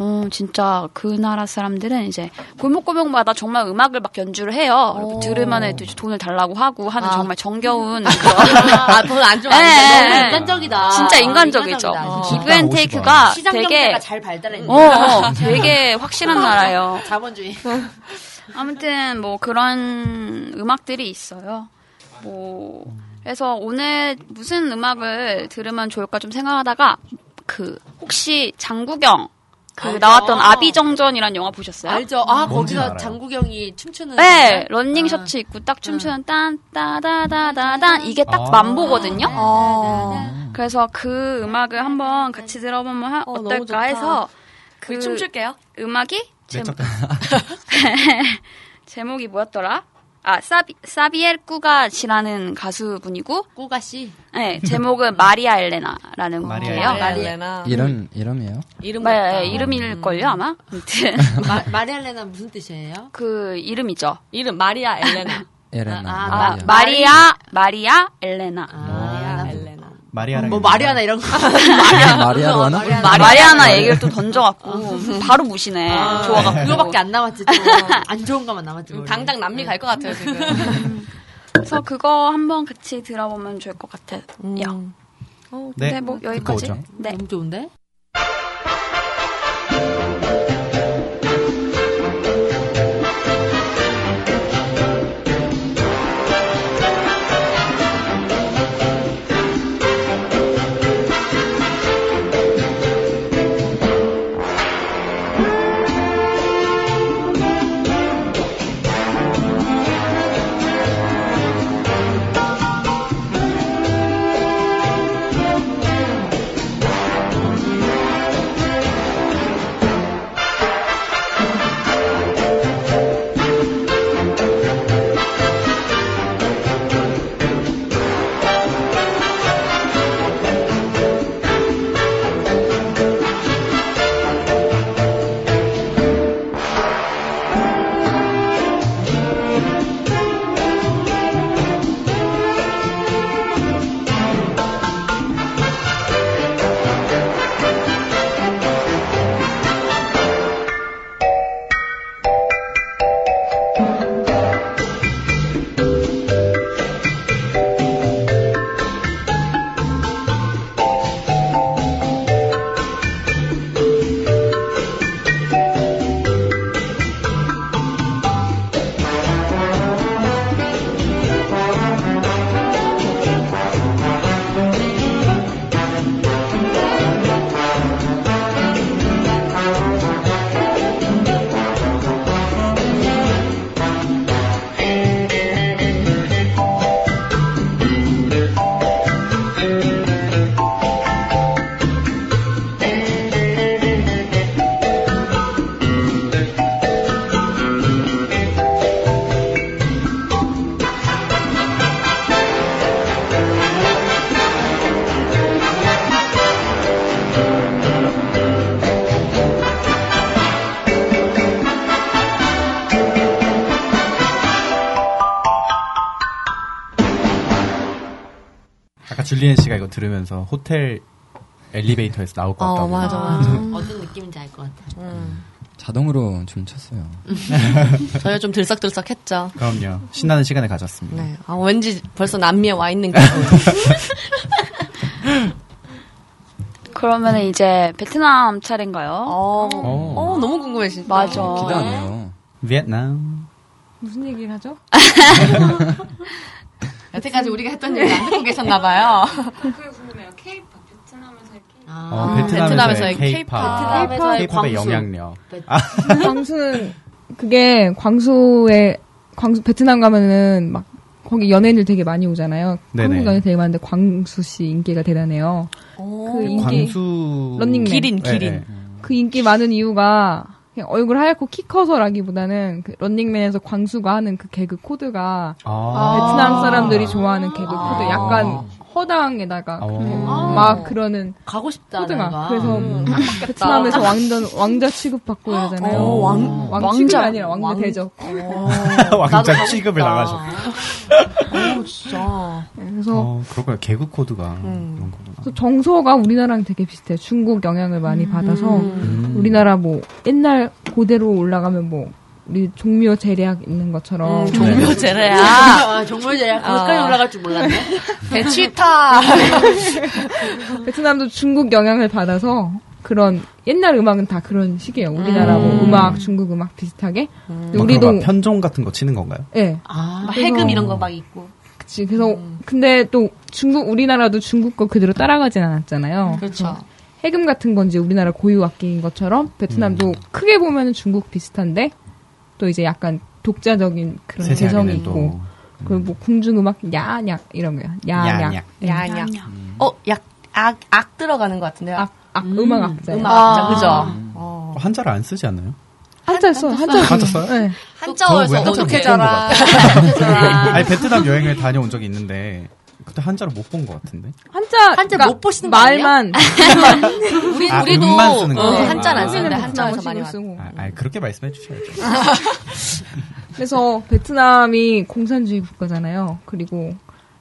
어, 진짜 그 나라 사람들은 이제 골목골목마다 정말 음악을 막 연주를 해요. 그리고 들으면 또 이제 돈을 달라고 하고 하는 정말 정겨운. 네.
아, 돈안 주면 안 돼. 너무
인간적이다. 어,
진짜 인간적이죠.
인간적이다.
기브 앤 테이크가
시장
되게
경제가 잘 발달해.
어, 어, 되게 확실한 나라예요.
자본주의.
아무튼 뭐 그런 음악들이 있어요. 뭐 그래서 오늘 무슨 음악을 들으면 좋을까 좀 생각하다가 그 혹시 장구경 그
알죠.
나왔던 아비정전이라는 영화 보셨어요?
아, 알죠. 아,
뭔지
거기서
알아요.
장구경이 춤추는.
네, 런닝 셔츠 입고 딱 춤추는 딴따다다다단 이게 딱
아.
만보거든요. 네,
어.
그래서 그 음악을 한번 같이 들어보면 하-
너무 좋다.
어떨까 해서 그
우리 춤출게요.
음악이
네.
제목 제목이 뭐였더라? 아 사비 사비엘 꾸가시라는 가수분이고 꾸가시. 네, 제목은 마리아 엘레나라는
마리아
곡이에요.
엘레나. 이름 이름이에요?
이름 네, 이름일 걸요 아마. 아무튼
마, 마리 엘레나 무슨 뜻이에요?
그 이름이죠.
이름 마리아 엘레나.
에레나.
아,
마리아.
마- 마리아 마리아 엘레나.
음,
마리아랑.
뭐 마리아나 이런 거.
마리아로 하나?
마리아나, 얘기를 또 던져갖고 바로 무시네. 좋아갖고.
그거밖에 안 남았지. 또. 안 좋은 것만 남았지. 원래.
당장 남미 갈 것 같아요 지금.
그래서 그거 한번 같이 들어보면 좋을 것 같아요.
네.
네. 뭐
듣고
여기까지.
오죠.
네.
너무 좋은데?
아까 줄리엔 씨가 이거 들으면서 호텔 엘리베이터에서 나올
어,
것 같다고.
어떤 느낌인지 알 것 같아.
자동으로 좀 쳤어요.
저희가 좀 들썩들썩했죠.
그럼요. 신나는 시간을 가졌습니다.
네. 아, 왠지 벌써 남미에 와 있는 기분.
그러면 은 이제 베트남 차례인가요? 어,
어, 너무 궁금해 진짜.
맞아.
어.
베트남.
무슨 얘기를 하죠?
여태까지 우리가 했던 얘기 안 듣고 계셨나봐요.
아.
그게 궁금해요. 케이팝 베트남에서
아.
어, 베트남에서의 케이팝.
케이팝.
케이팝의
광수.
영향력.
네.
아.
광수는 그게 광수에 광수 베트남 가면은 막 거기 연예인들 되게 많이 오잖아요.
네네.
한국 연예인 되게 많은데 광수 씨 인기가 대단해요. 그 인기
광수 네,
런닝맨. 기린, 기린. 그 인기 많은 이유가 그냥 얼굴 하얗고 키 커서라기보다는 그 런닝맨에서 광수가 하는 그 개그 코드가
아.
베트남 사람들이 좋아하는 개그 코드 약간 허당에다가
아.
그냥 막 그러는
아. 가고 싶다.
코드가
내가.
그래서
음.
음, 베트남에서 왕전 왕자 취급받고 이러잖아요.
어,
음.
왕, 왕 취급이
왕자. 어.
아니라 왕자 대접.
왕자 취급을 나가셨.
오 진짜. 네, 그래서
어, 그렇군요. 개그 코드가.
음.
그런 거구나.
그래서 정서가 우리나라랑 되게 비슷해요. 중국 영향을 많이
음.
받아서
음.
우리나라 뭐 옛날 고대로 올라가면 뭐 우리 종묘 제례학 있는
음,
것처럼 음.
종묘 제례야.
아, 정말 제약. 거기까지
어.
올라갈 줄 몰랐네.
아,
배치타.
네. 베트남도 중국 영향을 받아서 그런 옛날 음악은 다 그런 식이에요. 우리나라 뭐
음.
음악, 중국 음악 비슷하게. 근데
막
우리도
그런 거 편종 같은 거 치는 건가요?
예.
막
그래서-
해금 이런 거 음.
막 있고.
그치. 그래서 근데 또 중국 우리나라도 중국 거 그대로 따라가진 않았잖아요.
그렇죠.
해금 같은 건지 우리나라 고유 악기인 것처럼 베트남도
음.
크게 보면 중국 비슷한데 또 이제 약간 독자적인 그런
그렇죠. 세상에는
개성이
또,
있고 그리고 뭐 궁중 음악 야약 이런 거요. 야약.
야약.
네.
야냐. 어, 약, 악, 악 들어가는 것 같은데요. 악,
악, 음악 네. 악자.
음악 악자,
아.
그죠?
어, 한자를 안 쓰지 않나요?
한자 써. 한자
한자 써요?
네.
저는 뭐
어떻게
약간
자라.
못 본것 같아요.
어떻게 자라.
아니, 베트남 여행을 다녀온 적이 있는데 그때 한자를 못 본 것 같은데.
한자 그러니까
한자 못 보시는 거
말만
우리
아,
우리도
음만 쓰는 거구나.
어, 한자는 안 쓰는데
우리는
한자에서
베트남어
많이
쓰고.
왔.
아, 아니, 그렇게 말씀해 주셔야죠.
그래서 베트남이 공산주의 국가잖아요. 그리고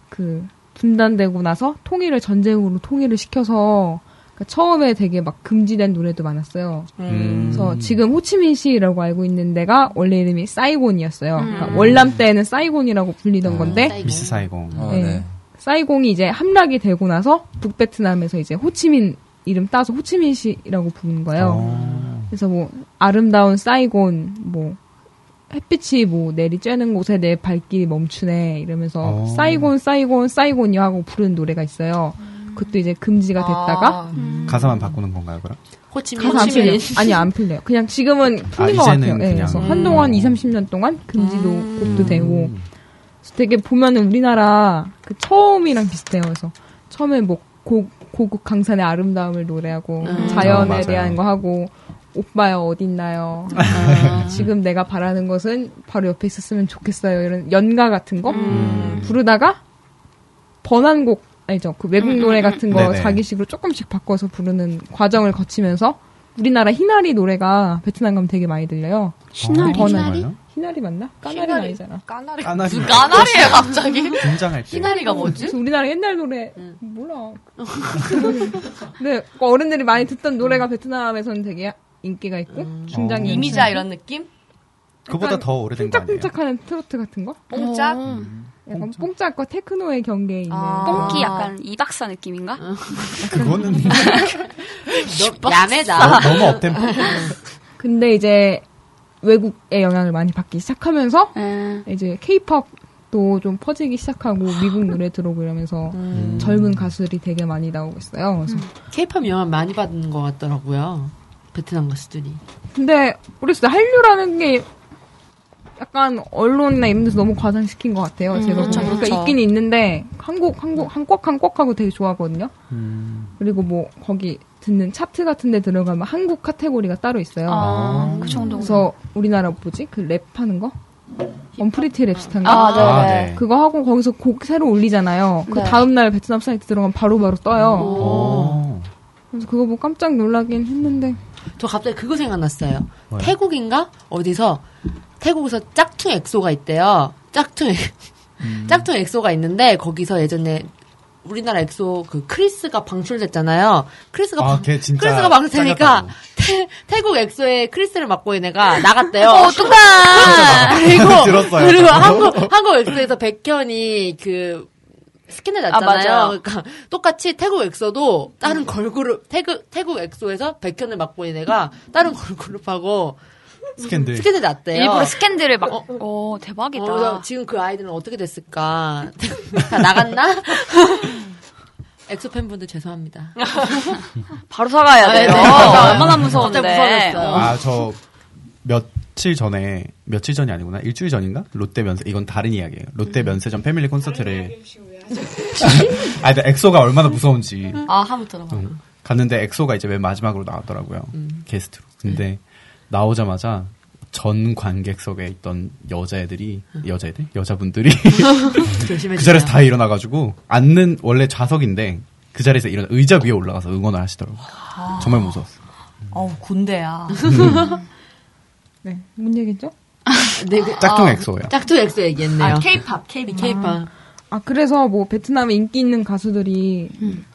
그 분단되고 나서 통일을 전쟁으로 통일을 시켜서 그러니까 처음에 되게 막 금지된 노래도 많았어요.
음.
그래서 지금 호치민시라고 알고 있는 데가 원래 이름이 사이곤이었어요. 그러니까
음.
월남 때에는 사이곤이라고 불리던 건데
미스 사이공.
네. 사이공이 이제 함락이 되고 나서 북베트남에서 이제 호치민 이름 따서 호치민시라고 부른 거예요. 그래서 뭐 아름다운 사이곤 뭐 햇빛이 뭐 내리쬐는 곳에 내 발길이 멈추네 이러면서
어.
사이곤 사이곤 사이곤이요 하고 부르는 노래가 있어요. 그것도 이제 금지가
아.
됐다가
음.
가사만 바꾸는 건가요, 그럼?
호치민.
가사 안 풀려요. 아니 안 풀려요. 그냥 지금은 풀린 것
이제는
같아요. 예,
그냥.
그래서
음.
한동안 2, 30년 동안 금지도 곡도 되고 그래서 되게 보면은 우리나라 그 처음이랑 비슷해요. 그래서 처음에 뭐 고, 고국 강산의 아름다움을 노래하고
음. 어,
자연에
맞아요.
대한 거 하고 오빠여 어딨나요? 지금 내가 바라는 것은 바로 옆에 있었으면 좋겠어요. 이런 연가 같은 거 부르다가 번안곡 아니죠 그 외국 노래 같은 거
네네.
자기식으로 조금씩 바꿔서 부르는 과정을 거치면서 우리나라 희나리 노래가 베트남 가면 되게 많이 들려요.
희나리?
번안.
정말요?
희나리 맞나? 까나리
희나리.
아니잖아.
까나리.
까나리.
무슨 까나리예요, 갑자기?
긴장할 때.
희나리가 뭐지?
음, 그래서 우리나라 옛날 노래 몰라. 근데 그 어른들이 많이 듣던 노래가
음.
베트남에서는 되게 인기가 있고 중장
어.
연주.
이미자
이런 느낌?
그보다 더 오래된 거 아니에요? 음.
뽕짝뽕짝하는 트로트 같은 거?
뽕짝?
약간 뽕짝과 테크노의 경계에 있는
뽕기 약간 이박사 느낌인가?
그거는
어. 야매다.
아, 너무 업템포.
근데 이제 외국의 영향을 많이 받기 시작하면서 이제 케이팝도 좀 퍼지기 시작하고 미국 노래 들어오고 이러면서
음.
젊은 가수들이 되게 많이 나오고 있어요. 그래서
음. 케이팝 영향 많이 받은 것 같더라고요. 베트남 가수들이.
근데 어렸을 때 한류라는 게 약간 언론이나 이런 데서 너무 과장시킨 것 같아요.
음,
제가
그렇죠,
보니까
그렇죠.
있긴 있는데 한국 한국 한국 한국하고 되게 좋아하거든요.
음.
그리고 뭐 거기 듣는 차트 같은 데 들어가면 한국 카테고리가 따로 있어요.
아, 그 정도구나.
그래서 우리나라 뭐지? 그 랩하는 거? 언프리티 랩스탄가?
아, 네네. 아, 네.
그거 하고 거기서 곡 새로 올리잖아요. 그
네.
다음날 베트남 사이트 들어가면 바로바로 떠요.
오.
그래서 그거 보고 깜짝 놀라긴 했는데.
저 갑자기 그거 생각났어요.
뭐요?
태국인가? 어디서 태국에서 짝퉁 엑소가 있대요. 짝퉁 엑-
음.
짝퉁 엑소가 있는데 거기서 예전에 우리나라 엑소 그 크리스가 방출됐잖아요. 크리스가
아,
방,
걔 진짜
크리스가 방출되니까 태, 태국 엑소의 크리스를 맡고 있는 애가 나갔대요.
어, 어떡하!
그리고
들었어요.
그리고
저도.
한국 한국 엑소에서 백현이 그 스킨을 났잖아요.
맞아요. 음.
그러니까 똑같이 태국 엑소도 다른 걸그룹 태국 태국 엑소에서 백현을 맡고 있는 애가 다른 걸그룹하고
스캔들.
스캔들 났대요.
일부러 스캔들을 막, 어, 대박이다.
어, 그래서 지금 그 아이들은 어떻게 됐을까? 다 나갔나? 엑소 팬분들 죄송합니다. 아, 네,
바로 사가야 돼요. 어, 얼마나 무서운데.
네.
아, 저 며칠 전에 며칠 전이 아니구나. 일주일 전인가? 롯데 면세 이건 다른 이야기예요. 롯데 면세점 패밀리 콘서트를 아, 근데 엑소가 얼마나 무서운지.
아, 한번 들어봐.
음.
응. 갔는데 엑소가 이제 맨 마지막으로 나왔더라고요.
음.
게스트로. 근데 나오자마자 전 관객석에 있던 여자애들이
음.
여자애들 여자분들이
조심해
그 자리에서 다 일어나가지고 앉는 원래 좌석인데 그 자리에서 일어나 의자 위에 올라가서 응원을 하시더라고요.
아.
정말 무서웠어.
어우, 곤대야.
네, 뭔 얘기죠?
네, 그-
짝퉁 엑소예요.
짝퉁 엑소 얘기했네요.
아, 케이팝, 케이팝.
케이팝.
아, 그래서 뭐 베트남에 인기 있는 가수들이
음.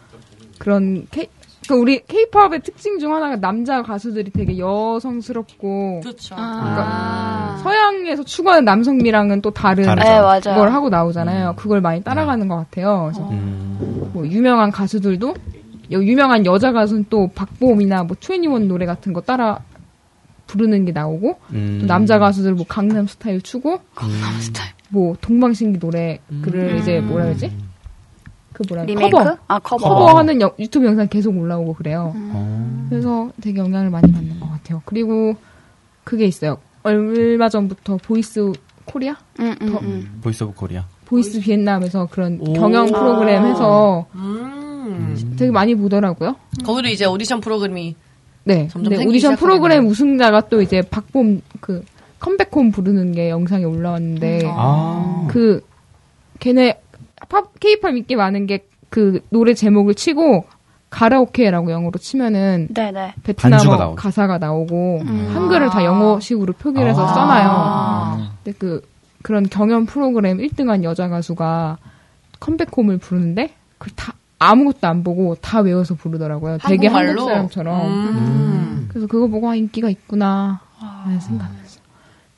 그런 케 그러니까 우리 케이팝의 특징 중 하나가 남자 가수들이 되게 여성스럽고 그러니까
그렇죠.
아.
서양에서 추구하는 남성미랑은 또 다른
다르죠. 음. 네,
맞아요.
음.
걸 하고 나오잖아요. 그걸 많이 따라가는 것 같아요. 그래서 뭐 유명한 가수들도 여- 유명한 여자 가수는 또 박보검이나 뭐 트웬티원 노래 같은 거 따라 부르는 게 나오고
음.
또 남자 가수들 뭐 강남 스타일 추고
아,
강남 스타일 뭐 동방신기 노래를
음.
이제 뭐라 그러지? 그 뭐라 그러지?
리메이크?
커버.
아, 커버. 음.
하는 유튜브 영상 계속 올라오고 그래요. 그래서 되게 영향을 많이 받는 것 같아요. 그리고 그게 있어요. 얼마 전부터 보이스 코리아?
음,
더-
음.
음.
보이스 오브 코리아.
보이스 비엔남에서 그런 경영 프로그램
아.
해서
아.
되게 많이 보더라고요.
음. 거기도 이제 오디션 프로그램이
네.
점점
근데
생기기
오디션
시작하겠네요.
프로그램 우승자가 또 이제 박봄 그 컴백홈 부르는 게 영상에 올라왔는데
음.
아.
그 걔네 팝 케이팝 인기 많은 게 그 노래 제목을 치고 가라오케라고 영어로 치면은
네네.
반주가
베트남어
나오죠.
가사가 나오고
음.
한글을 다
아.
영어식으로 표기를 해서 써놔요. 근데 그 그런 경연 프로그램 1등한 여자 가수가 컴백홈을 부르는데 그걸 다 아무것도 안 보고 다 외워서 부르더라고요. 되게 한국
한국말로?
사람처럼. 그래서 그거 보고 아 인기가 있구나 하는 생각했어요.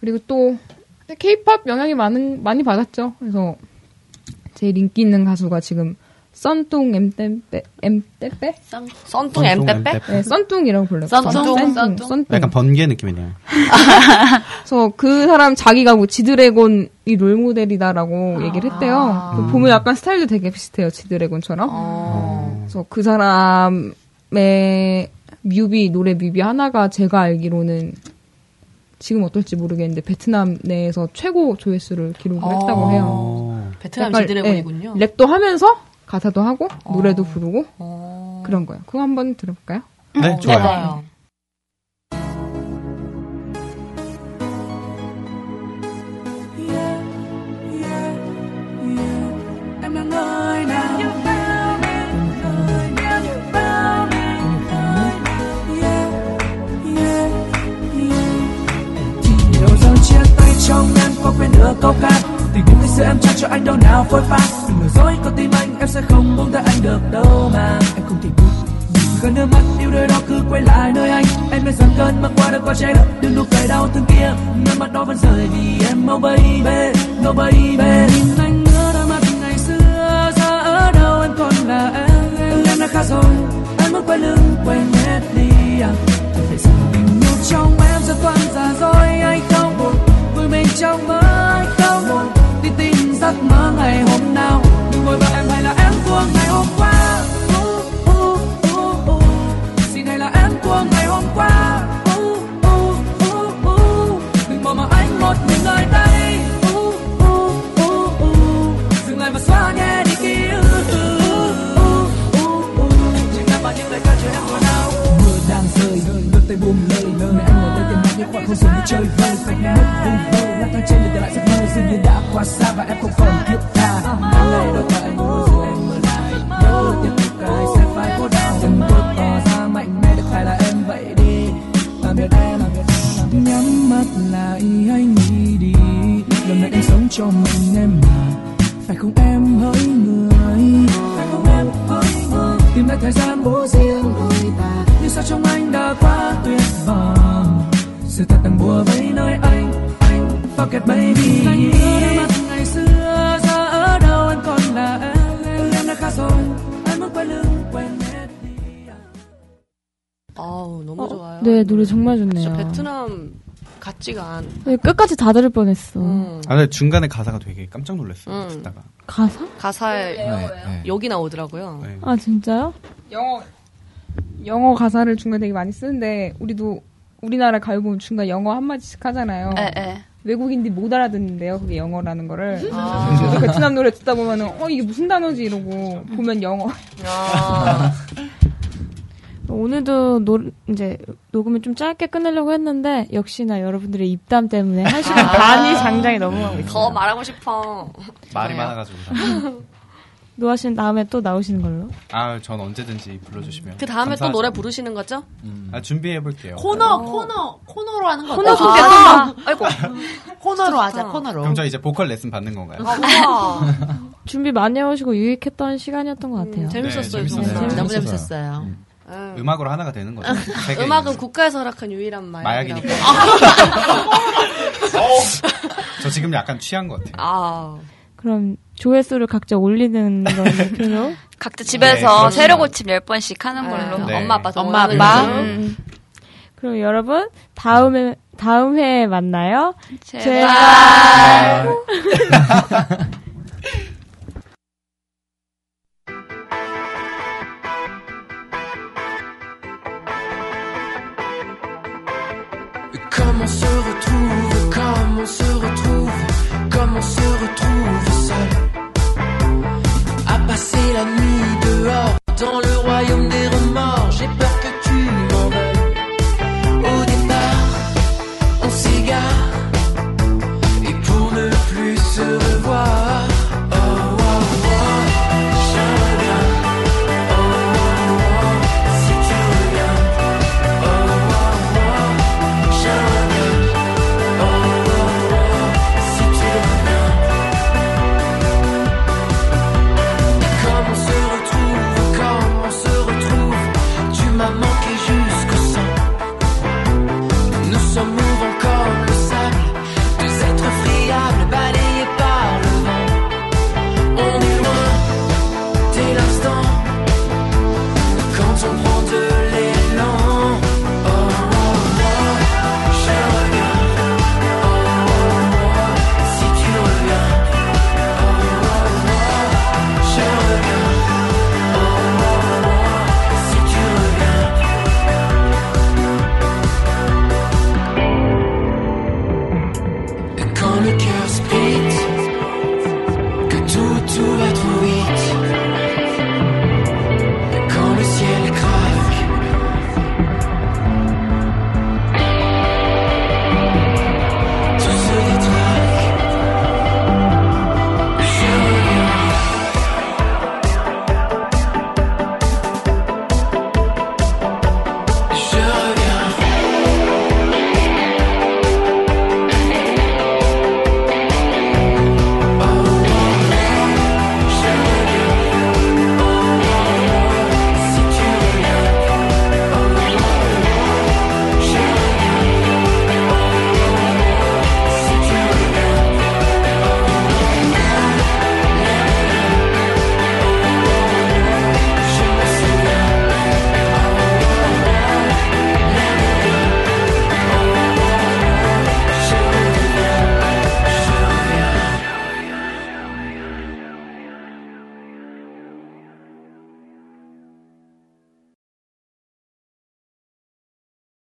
그리고 또 케이팝 영향이 많은 많이 받았죠. 그래서 제일 인기 있는 가수가 지금 썬뚱 엠떼빼 엠떼빼
썬뚱
엠떼빼? 엠떼빼?
네, 썬뚱이라고 불러요.
썬뚱,
썬뚱. 썬뚱.
음.
약간 번개 느낌이네요.
그래서 그 사람 자기가 뭐 지드래곤이
아.
롤모델이다라고 얘기를 했대요.
음.
그 보면 약간 스타일도 되게 비슷해요. 지드래곤처럼.
어.
그래서 그 사람의 뮤비, 노래 뮤비 하나가 제가 알기로는 지금 어떨지 모르겠는데 베트남 내에서 최고 조회수를 기록을 했다고 해요.
어. 베트남
약간,
지드래곤이군요. 어.
예, 랩도 하면서 가사도 하고 노래도 부르고 그런 거예요. 그거 한번 들어볼까요?
네, 어, 좋아요. 좋아요.
And I know now you found me, now you found me, yeah, yeah, yeah.
Đầu chia tay trong em có quên nữa câu ca Tình yêu ngày xưa em trao cho anh đâu nào phôi pha Đừng nói dối con tim anh em sẽ không buông tay anh được đâu mà Em không thể buông gần nước mắt yêu đời đó cứ quay lại nơi anh Em biết rằng cơn mưa qua đã qua che đậy Đừng đụng phải đau thương kia Nước mắt đó vẫn rơi vì em mau baby No baby Nhìn anh nữa đôi mắt ngày xưa Ra ở đâu em còn là em Ừ em đã khá rồi Em muốn quay lưng quên hết đi à Tại sao tình yêu trong em giờ toàn giả dối Anh không buồn vui mình trong mơ Anh không buồn đi tìm giấc mơ ngày hôm nào Đừng vội bảo em hay là em của ngày hôm qua uh, uh, uh, uh. Xin hãy là em của ngày hôm qua uh, uh, uh, uh. Đừng bỏ mặc anh một mình nơi đây uh, uh, uh, uh. Dừng lại và xóa nhẹ đi ký ức uh, uh, uh, uh. Chỉ là bao những lời ca cho em của nào mưa đang rơi nước tay buông lời lời mẹ em ngồi đây tìm mắt những khoảng không dừng đi chơi vơi phải mất vùng vơ lang thang trên đường để lại giấc mơ dường như đã quá xa và em không còn thiết tha đáng lẽ đôi ta anh ngồi giữa em mơ lại nhớ tiếp tục cái sẽ phải cô đau dần bước tỏ ra mạnh mẽ được phải là em vậy đi làm việc em làm việc em, làm việc em. nhắm mắt lại anh
음.
nghĩ đi lần này em sống cho mình em mà phải không em hỡi người phải không em hỡi người tìm lại thời gian bố riêng đôi ta nhưng sao trong anh đã quá tuyệt vời sự thật đang bùa vây nơi anh anh pocket baby
Anh nhớ đôi mắt ngày xưa ra ở đâu em còn là em
Ừ, em đã khá rồi anh muốn quay lưng quên hết
아우 너무 좋아요.
네, 노래 정말 좋네요.
진짜 베트남 같지가 않.
네, 끝까지 다 들을 뻔했어.
음.
아, 근데 중간에 가사가 되게 깜짝 놀랐어요.
음.
듣다가.
가사?
가사에
네.
여기 나오더라고요.
아, 진짜요?
영어 영어 가사를 중간에 되게 많이 쓰는데 우리도 우리나라 가요 보면 중간 영어 한 마디씩 하잖아요. 외국인들이 못 알아듣는데요. 그게 영어라는 거를. 그래서 베트남 노래 듣다 보면은 어 이게 무슨 단어지 이러고 보면 영어.
오늘도 노, 이제 녹음을 좀 짧게 끝내려고 했는데 역시나 여러분들의 입담 때문에 한 시간
아.
반이 장장이 넘어가고 있어요.
아. 더 말하고 싶어.
말이 많아가지고. 다.
노아 씨는 다음에 또 나오시는 걸로.
아, 전 언제든지 불러주시면.
그 다음에 또
감사하죠.
노래 부르시는 거죠?
아,
어.
준비해볼게요.
코너 코너 코너로 하는 거
코너
어때요?
소개,
아,
코너. 아이고.
코너로 하자
좋다.
코너로.
그럼 저 이제 보컬 레슨 받는 건가요?
어,
준비 많이 해오시고 유익했던 시간이었던 것 같아요.
음, 재밌었어요,
네,
정말.
재밌었어요.
너무 재밌었어요. 음악으로 하나가 되는 거죠. 세계
음악은 국가에서 허락한 유일한 마약이라고.
마약이니까. 저 지금 약간 취한 것 같아요.
아.
그럼 조회수를 각자 올리는 걸 목표로
각자 집에서
네,
세로 고침 10번씩 하는 걸로.
네.
엄마, 아빠, 도
엄마, 아빠.
음.
그럼 여러분 다음에 다음 회에 만나요.
제발.
제발.
Comme on se retrouve, comme on se retrouve, comme on se retrouve